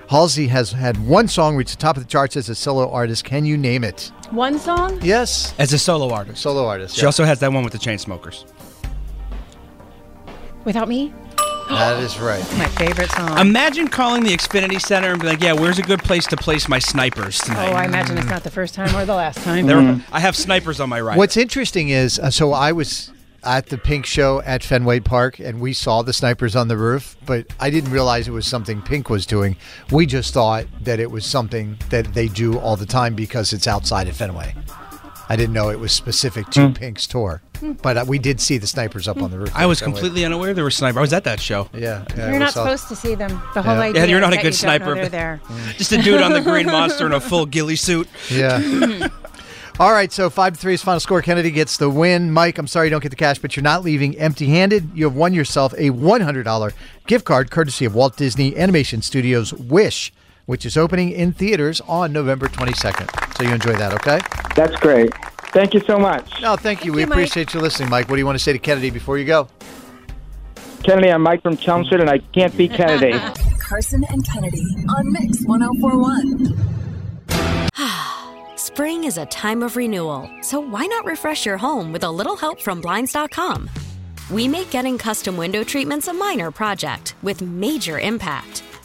Speaker 18: Halsey has had one song reach the top of the charts as a solo artist. Can you name it?
Speaker 19: One song?
Speaker 18: Yes.
Speaker 21: As a solo artist.
Speaker 18: Solo artist.
Speaker 21: She
Speaker 18: yeah.
Speaker 21: also has that one with the chain smokers.
Speaker 19: Without me?
Speaker 18: That is right.
Speaker 19: My favorite song.
Speaker 21: Imagine calling the Xfinity Center and be like, "Yeah, where's a good place to place my snipers
Speaker 19: oh,
Speaker 21: tonight?"
Speaker 19: I imagine it's not the first time or the last time.
Speaker 21: There- I have snipers on my right.
Speaker 18: What's interesting is uh, so I was at the Pink show at Fenway Park and we saw the snipers on the roof, but I didn't realize it was something Pink was doing. We just thought that it was something that they do all the time because it's outside of Fenway. I didn't know it was specific to Pink's tour, but uh, we did see the snipers up on the roof.
Speaker 21: Hmm. I was
Speaker 18: at Fenway.
Speaker 21: completely unaware there were snipers. I was at that show.
Speaker 18: Yeah,
Speaker 19: You're not supposed to see them. The whole
Speaker 21: Yeah.
Speaker 19: idea.
Speaker 21: Yeah, you're not
Speaker 19: is
Speaker 21: a
Speaker 19: that
Speaker 21: good
Speaker 19: you don't know
Speaker 21: sniper.
Speaker 19: They're there.
Speaker 21: Just a dude on the Green Monster in a full ghillie suit.
Speaker 18: Yeah. All right, so five to three is final score. Kennedy gets the win. Mike, I'm sorry you don't get the cash, but you're not leaving empty-handed. You have won yourself a $100 gift card, courtesy of Walt Disney Animation Studios' Wish, which is opening in theaters on November 22nd. So you enjoy that, okay?
Speaker 24: That's great. Thank you so much.
Speaker 18: No, thank, you. We
Speaker 24: you, Mike.
Speaker 18: appreciate you listening, Mike. What do you want to say to Kennedy before you go?
Speaker 24: Kennedy, I'm Mike from Chelmsford, and I can't be Kennedy.
Speaker 22: Carson and Kennedy on Mix 1041.
Speaker 27: Spring is a time of renewal, so why not refresh your home with a little help from Blinds.com? We make getting custom window treatments a minor project with major impact.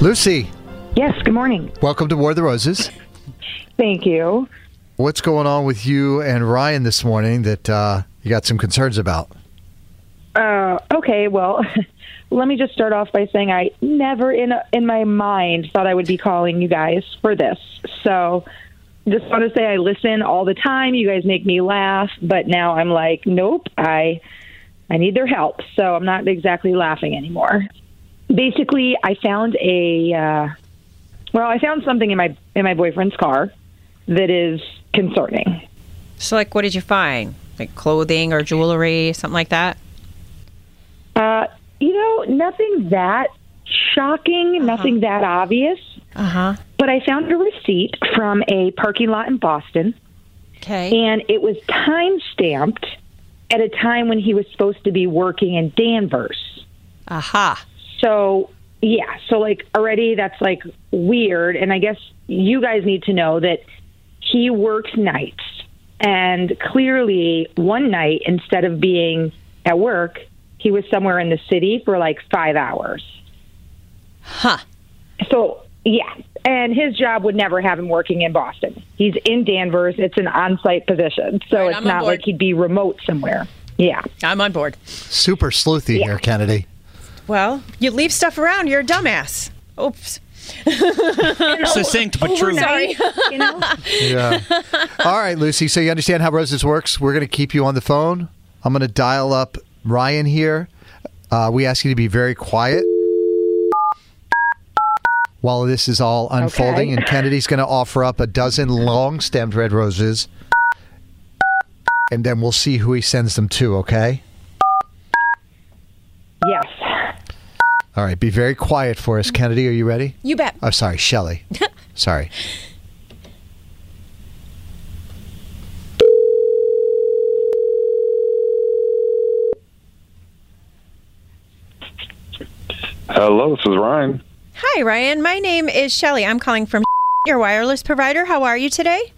Speaker 18: Lucy.
Speaker 12: Yes, good morning.
Speaker 18: Welcome to War of the Roses.
Speaker 12: Thank you.
Speaker 18: What's going on with you and Ryan this morning that uh, you got some concerns about?
Speaker 12: Uh, okay, well, let me just start off by saying I never in in my mind thought I would be calling you guys for this. So, just want to say I listen all the time. You guys make me laugh, but now I'm like, nope, I I need their help. So, I'm not exactly laughing anymore. Basically, I found a uh, well, I found something in my in my boyfriend's car that is concerning.
Speaker 19: So, like, what did you find? Like clothing or jewelry, something like that?
Speaker 12: Uh, you know, nothing that shocking, nothing that obvious. Uh huh. But I found a receipt from a parking lot in Boston. Okay. And it was time stamped at a time when he was supposed to be working in Danvers.
Speaker 19: Aha.
Speaker 12: So, yeah. So, like, already that's like weird. And I guess you guys need to know that he works nights. And clearly, one night, instead of being at work, he was somewhere in the city for like five hours.
Speaker 19: Huh.
Speaker 12: So, yeah. And his job would never have him working in Boston. He's in Danvers. It's an on site position. So
Speaker 19: All right,
Speaker 12: it's
Speaker 19: I'm on
Speaker 12: not
Speaker 19: board.
Speaker 12: like he'd be remote somewhere. Yeah.
Speaker 19: I'm on board.
Speaker 18: Super sleuthy here, Kennedy.
Speaker 19: Well, you leave stuff around. You're a dumbass. Oops.
Speaker 21: Succinct, but true.
Speaker 19: Sorry.
Speaker 12: you know?
Speaker 18: Yeah. All right, Lucy. So you understand how Roses works. We're going to keep you on the phone. I'm going to dial up Ryan here. Uh, we ask you to be very quiet while this is all unfolding,
Speaker 26: Okay.
Speaker 18: and Kennedy's going to offer up a dozen long-stemmed red roses, and then we'll see who he sends them to. Okay.
Speaker 12: Yes.
Speaker 18: All right. Be very quiet for us, Kennedy. Are you ready?
Speaker 19: You bet.
Speaker 18: Oh, sorry, Shelley. sorry.
Speaker 36: Hello, this is Ryan.
Speaker 19: Hi, Ryan. My name is Shelly. I'm calling from your wireless provider. How are you today?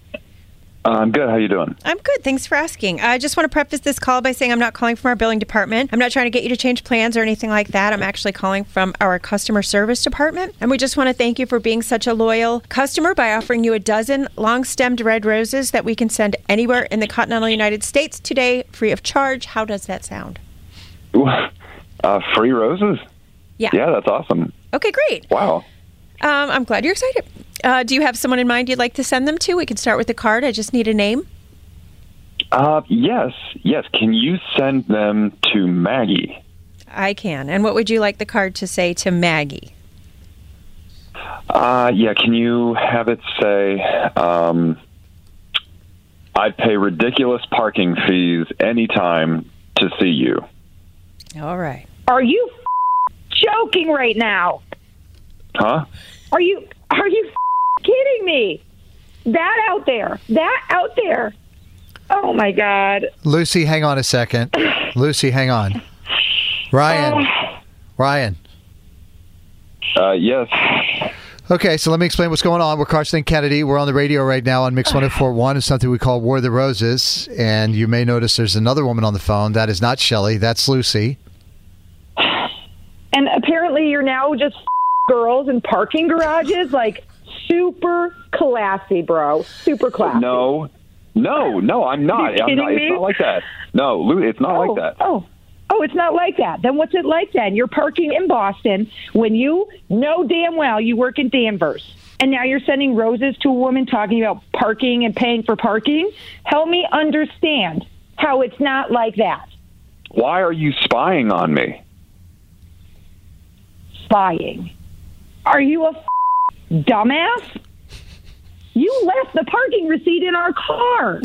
Speaker 36: Uh, I'm good. How you doing?
Speaker 19: I'm good. Thanks for asking. I just want to preface this call by saying I'm not calling from our billing department. I'm not trying to get you to change plans or anything like that. I'm actually calling from our customer service department. And we just want to thank you for being such a loyal customer by offering you a dozen long stemmed red roses that we can send anywhere in the continental United States today free of charge. How does that sound?
Speaker 36: Uh, free roses?
Speaker 19: Yeah.
Speaker 36: Yeah, that's awesome.
Speaker 19: Okay, great.
Speaker 36: Wow.
Speaker 19: Um, I'm glad you're excited. Uh, do you have someone in mind you'd like to send them to? We can start with the card. I just need a name.
Speaker 36: Uh, yes, yes. Can you send them to Maggie?
Speaker 19: I can. And what would you like the card to say to Maggie?
Speaker 36: Uh, yeah. Can you have it say, um, I pay ridiculous parking fees anytime to see you.
Speaker 19: All right.
Speaker 12: Are you joking right now?
Speaker 36: Huh?
Speaker 12: Are you are you kidding me? That out there. That out there. Oh my god.
Speaker 18: Lucy, hang on a second. Lucy, hang on. Ryan. Ryan.
Speaker 36: Uh, yes.
Speaker 18: Okay, so let me explain what's going on. We're Carson and Kennedy. We're on the radio right now on Mix 1041. It's something we call War of the Roses. And you may notice there's another woman on the phone. That is not Shelly. That's Lucy.
Speaker 12: And apparently you're now just girls in parking garages like super classy, bro. Super classy.
Speaker 36: No, no, no. I'm
Speaker 12: Are
Speaker 36: not.
Speaker 12: you
Speaker 36: I'm not.
Speaker 12: kidding
Speaker 36: It's
Speaker 12: me?
Speaker 36: not like that. No, Lou, it's not like that.
Speaker 12: Oh, oh, it's not like that. Then what's it like then? You're parking in Boston when you know damn well you work in Danvers. And now you're sending roses to a woman talking about parking and paying for parking? Help me understand how it's not like that.
Speaker 36: Why are you spying on me?
Speaker 12: Spying. Are you a dumbass? You left the parking receipt in our car.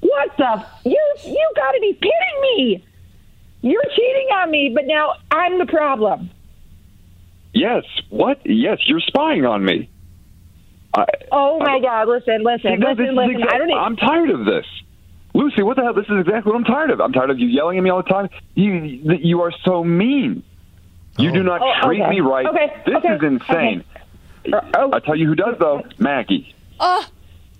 Speaker 12: what the? f- You you got to be kidding me. You're cheating on me, but now I'm the problem.
Speaker 36: Yes. What? Yes, you're spying on me. I,
Speaker 12: Oh my God! Listen, listen,
Speaker 36: No, this
Speaker 12: listen,
Speaker 36: is
Speaker 12: listen.
Speaker 36: exact-
Speaker 12: I don't. e-" Even,
Speaker 36: I'm tired of this. Lucy, what the hell? This is exactly what I'm tired of. I'm tired of you yelling at me all the time. You you are so mean. You do not
Speaker 12: Oh,
Speaker 36: treat
Speaker 12: okay.
Speaker 36: me right.
Speaker 12: Okay,
Speaker 36: This
Speaker 12: okay,
Speaker 36: is insane. I tell you who does though, Maggie.
Speaker 12: oh,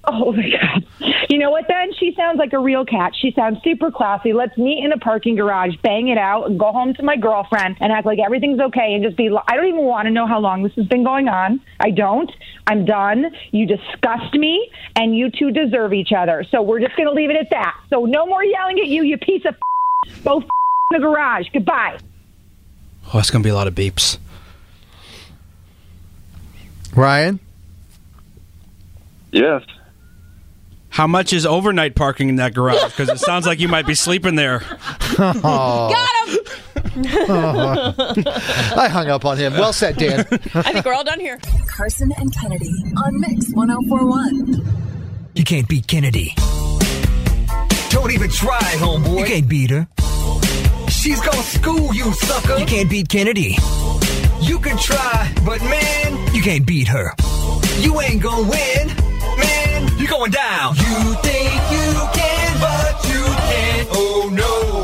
Speaker 12: oh my God! You know what? Then she sounds like a real cat. She sounds super classy. Let's meet in a parking garage, bang it out, and go home to my girlfriend and act like everything's okay and just be. I don't even want to know how long this has been going on. I don't. I'm done. You disgust me, and you two deserve each other. So we're just gonna leave it at that. So no more yelling at you, you piece of. Both in the garage. Goodbye.
Speaker 21: Oh, it's gonna be a lot of beeps.
Speaker 18: Ryan?
Speaker 36: Yes.
Speaker 21: How much is overnight parking in that garage? Because it sounds like you might be sleeping there.
Speaker 22: Oh.
Speaker 18: Got Oh, I hung up on him. Well said, Dan.
Speaker 22: I think we're all done here. Carson and Kennedy on Mix 1041.
Speaker 30: You can't beat Kennedy. Don't even try, homeboy. You can't beat her. She's gonna school you, sucker. You can't beat Kennedy. You can try, but man, you can't beat her. You ain't gonna win, man. You're going down. You think you can, but you can't. Oh no.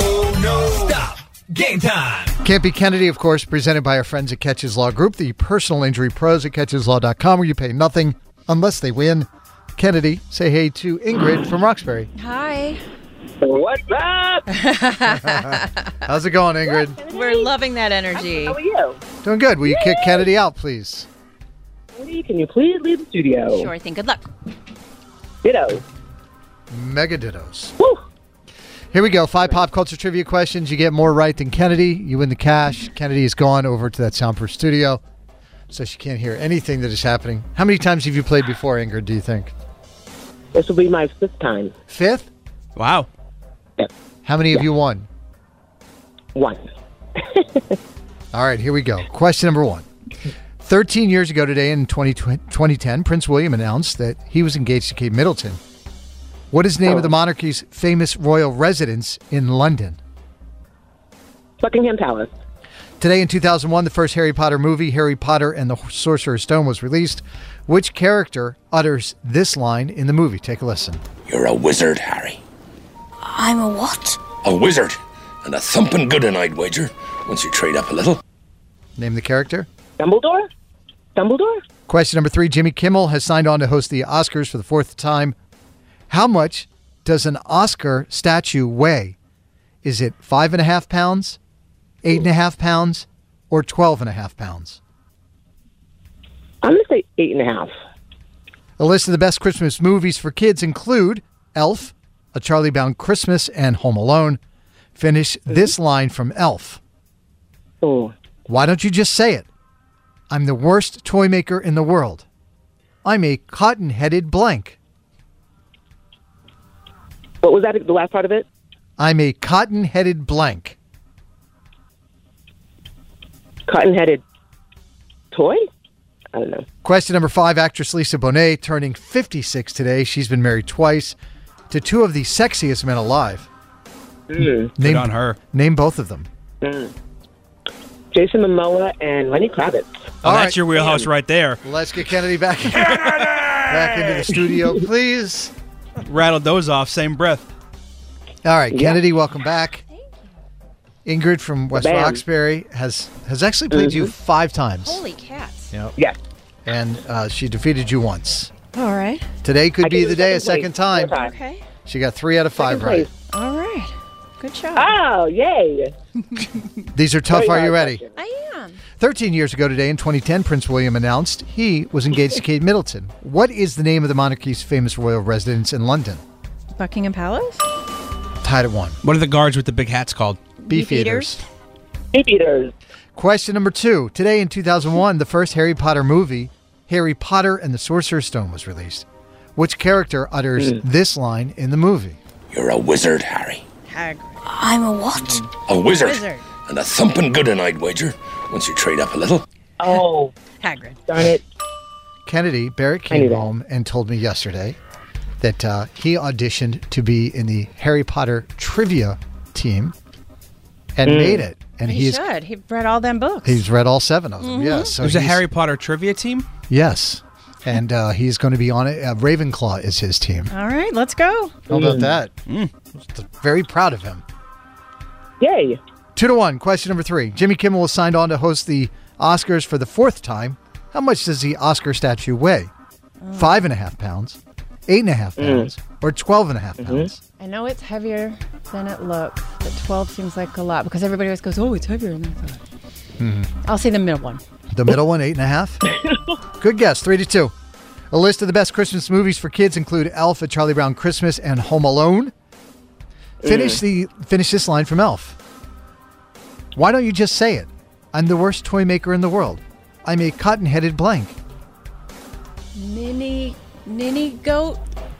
Speaker 30: Oh no. Stop. Game time.
Speaker 18: Can't be Kennedy, of course, presented by our friends at Catches Law Group, the personal injury pros at catcheslaw.com, where you pay nothing unless they win. Kennedy, say hey to Ingrid from Roxbury.
Speaker 19: Hi.
Speaker 18: What's up? How's it going, Ingrid?
Speaker 19: We're loving that energy. How are
Speaker 20: you?
Speaker 18: Doing good. Will you kick Kennedy out, please?
Speaker 20: Kennedy, can you please leave the studio?
Speaker 19: Sure thing. Good luck.
Speaker 20: Ditto.
Speaker 18: Mega dittos. Here we go. Five pop culture trivia questions. You get more right than Kennedy. You win the cash. Kennedy is gone over to that soundproof studio, so she can't hear anything that is happening. How many times have you played before, Ingrid, do you think?
Speaker 20: This will be my fifth time.
Speaker 18: Fifth?
Speaker 21: Wow.
Speaker 18: How many have you won?
Speaker 20: One.
Speaker 18: All right, here we go. Question number one. 13 years ago today in 20, 2010, Prince William announced that he was engaged to Kate Middleton. What is the name of
Speaker 20: Oh.
Speaker 18: the monarchy's famous royal residence in London?
Speaker 20: Buckingham Palace.
Speaker 18: Today in 2001, the first Harry Potter movie, Harry Potter and the Sorcerer's Stone, was released. Which character utters this line in the movie? Take a listen.
Speaker 29: You're a wizard, Harry.
Speaker 16: I'm a what?
Speaker 29: A wizard. And a thumping good un, I'd wager, once you trade up a little.
Speaker 18: Name the character.
Speaker 20: Dumbledore? Dumbledore?
Speaker 18: Question number three Jimmy Kimmel has signed on to host the Oscars for the fourth time. How much does an Oscar statue weigh? Is it five and a half pounds, eight and a half pounds, or twelve and a half pounds?
Speaker 20: I'm going to say eight and a half.
Speaker 18: A list of the best Christmas movies for kids include Elf, A Charlie Bound Christmas, and Home Alone. Finish this line from Elf.
Speaker 20: Oh.
Speaker 18: Why don't you just say it? I'm the worst toy maker in the world. I'm a cotton headed blank.
Speaker 20: What was that, the last part of it?
Speaker 18: I'm a cotton headed blank.
Speaker 20: Cotton headed toy? I don't know.
Speaker 18: Question number five actress Lisa Bonet turning 56 today. She's been married twice to two of the sexiest men alive.
Speaker 20: Mm.
Speaker 18: Name, on her. Name both of them.
Speaker 20: Mm. Jason Momoa and Lenny Kravitz.
Speaker 21: Oh, that's your wheelhouse right there.
Speaker 18: Let's get Kennedy back, back into the studio, please.
Speaker 21: Rattled those off, same breath.
Speaker 18: All right, Kennedy, welcome back. Ingrid from West
Speaker 19: Bam.
Speaker 18: Roxbury has has actually played you
Speaker 19: Mhm.
Speaker 18: five times.
Speaker 19: Holy cats.
Speaker 18: Yep. Yeah. And uh, she defeated you once.
Speaker 19: All right.
Speaker 18: Today could
Speaker 19: I
Speaker 18: be
Speaker 19: gave
Speaker 18: the
Speaker 19: you
Speaker 18: day a
Speaker 19: second
Speaker 18: second time.
Speaker 19: place. Okay.
Speaker 18: She got three out of five
Speaker 19: Second
Speaker 18: right.
Speaker 19: place. All right. Good job. Oh,
Speaker 20: yay.
Speaker 18: These are tough.
Speaker 19: Very
Speaker 18: Are
Speaker 19: hard
Speaker 18: you ready?
Speaker 19: question. I am.
Speaker 18: 13 years ago today in 2010, Prince William announced he was engaged to Kate Middleton. What is the name of the monarchy's famous royal residence in London?
Speaker 19: Buckingham Palace?
Speaker 18: Tied at one.
Speaker 21: What are the guards with the big hats called?
Speaker 18: Beef
Speaker 19: eaters.
Speaker 20: Beef eaters.
Speaker 18: Question number two. Today in 2001, the first Harry Potter movie, Harry Potter and the Sorcerer's Stone, was released. Which character utters
Speaker 29: Mm.
Speaker 18: this line in the movie?
Speaker 29: You're a wizard, Harry.
Speaker 16: I'm a what?
Speaker 29: A wizard. And a thumping good one, I'd wager, once you trade up a little.
Speaker 20: Oh.
Speaker 19: Hagrid.
Speaker 20: Darn it.
Speaker 18: Kennedy Barrett came home and told me yesterday that uh, he auditioned to be in the Harry Potter trivia team and
Speaker 21: Mm.
Speaker 18: made it. And
Speaker 19: he
Speaker 18: he's
Speaker 19: should. He read all them books.
Speaker 18: he's read all seven of them.
Speaker 19: Mhm.
Speaker 18: Yes, so
Speaker 21: There's a
Speaker 18: he's-
Speaker 21: Harry Potter trivia team.
Speaker 18: Yes, and uh, he's going to be on it. Uh, Ravenclaw is his team.
Speaker 19: All right, let's go.
Speaker 18: How
Speaker 20: Mm.
Speaker 18: about that? Very proud of him.
Speaker 20: Yay.
Speaker 18: Two to one. Question number three. Jimmy Kimmel was signed on to host the Oscars for the fourth time. How much does the Oscar statue weigh?
Speaker 19: Oh.
Speaker 18: Five and a half pounds, eight and a half pounds, or twelve and a half pounds?
Speaker 19: I know it's heavier than it looks, but 12 seems like a lot because everybody always goes, oh, it's heavier than I thought. I'll say the middle one.
Speaker 18: Mm-hmm. The middle one, eight and a half. Good guess. Three to two. A list of the best Christmas movies for kids include Elf, A Charlie Brown Christmas, and Home Alone. Finish the finish this line from Elf. Why don't you just say it? I'm the worst toy maker in the world. I'm a cotton-headed blank.
Speaker 19: Mini, ninny goat?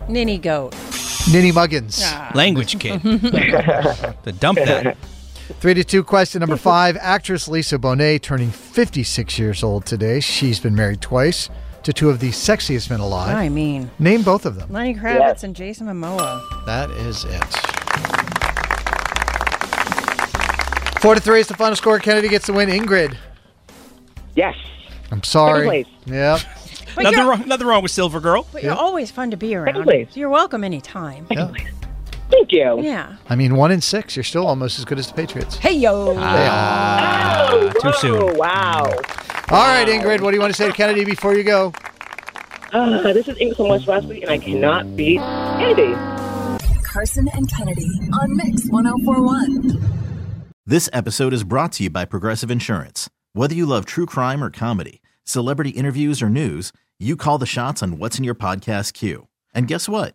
Speaker 19: Ninny goat.
Speaker 18: Ninny Muggins.
Speaker 21: Language kid. to dump that.
Speaker 18: Three to two. Question number five. Actress Lisa Bonet turning 56 years old today. She's been married twice to two of the sexiest men alive.
Speaker 19: I mean.
Speaker 18: Name both of them.
Speaker 19: Lenny Kravitz
Speaker 18: Yes.
Speaker 19: and Jason Momoa.
Speaker 18: That is it. Four to three is the final score. Kennedy gets the win. Ingrid.
Speaker 20: Yes.
Speaker 18: I'm sorry.
Speaker 19: Second
Speaker 18: Yep.
Speaker 19: But
Speaker 21: nothing
Speaker 19: you're-
Speaker 21: wrong. Nothing wrong with Silver Girl.
Speaker 19: But you're always fun to be around.
Speaker 18: place.
Speaker 19: You're welcome anytime.
Speaker 20: Thank you.
Speaker 19: Yeah.
Speaker 18: I mean, one in six. You're still almost as good as the Patriots.
Speaker 19: Hey, yo.
Speaker 18: Ah,
Speaker 20: too soon. Oh, Wow.
Speaker 18: All right, Ingrid, what do you want to say to Kennedy before you go?
Speaker 20: Uh, this is Ingrid from West Wesley, and I cannot beat Andy.
Speaker 22: Carson and Kennedy on Mix 1041.
Speaker 32: This episode is brought to you by Progressive Insurance. Whether you love true crime or comedy, celebrity interviews or news, you call the shots on what's in your podcast queue. And guess what?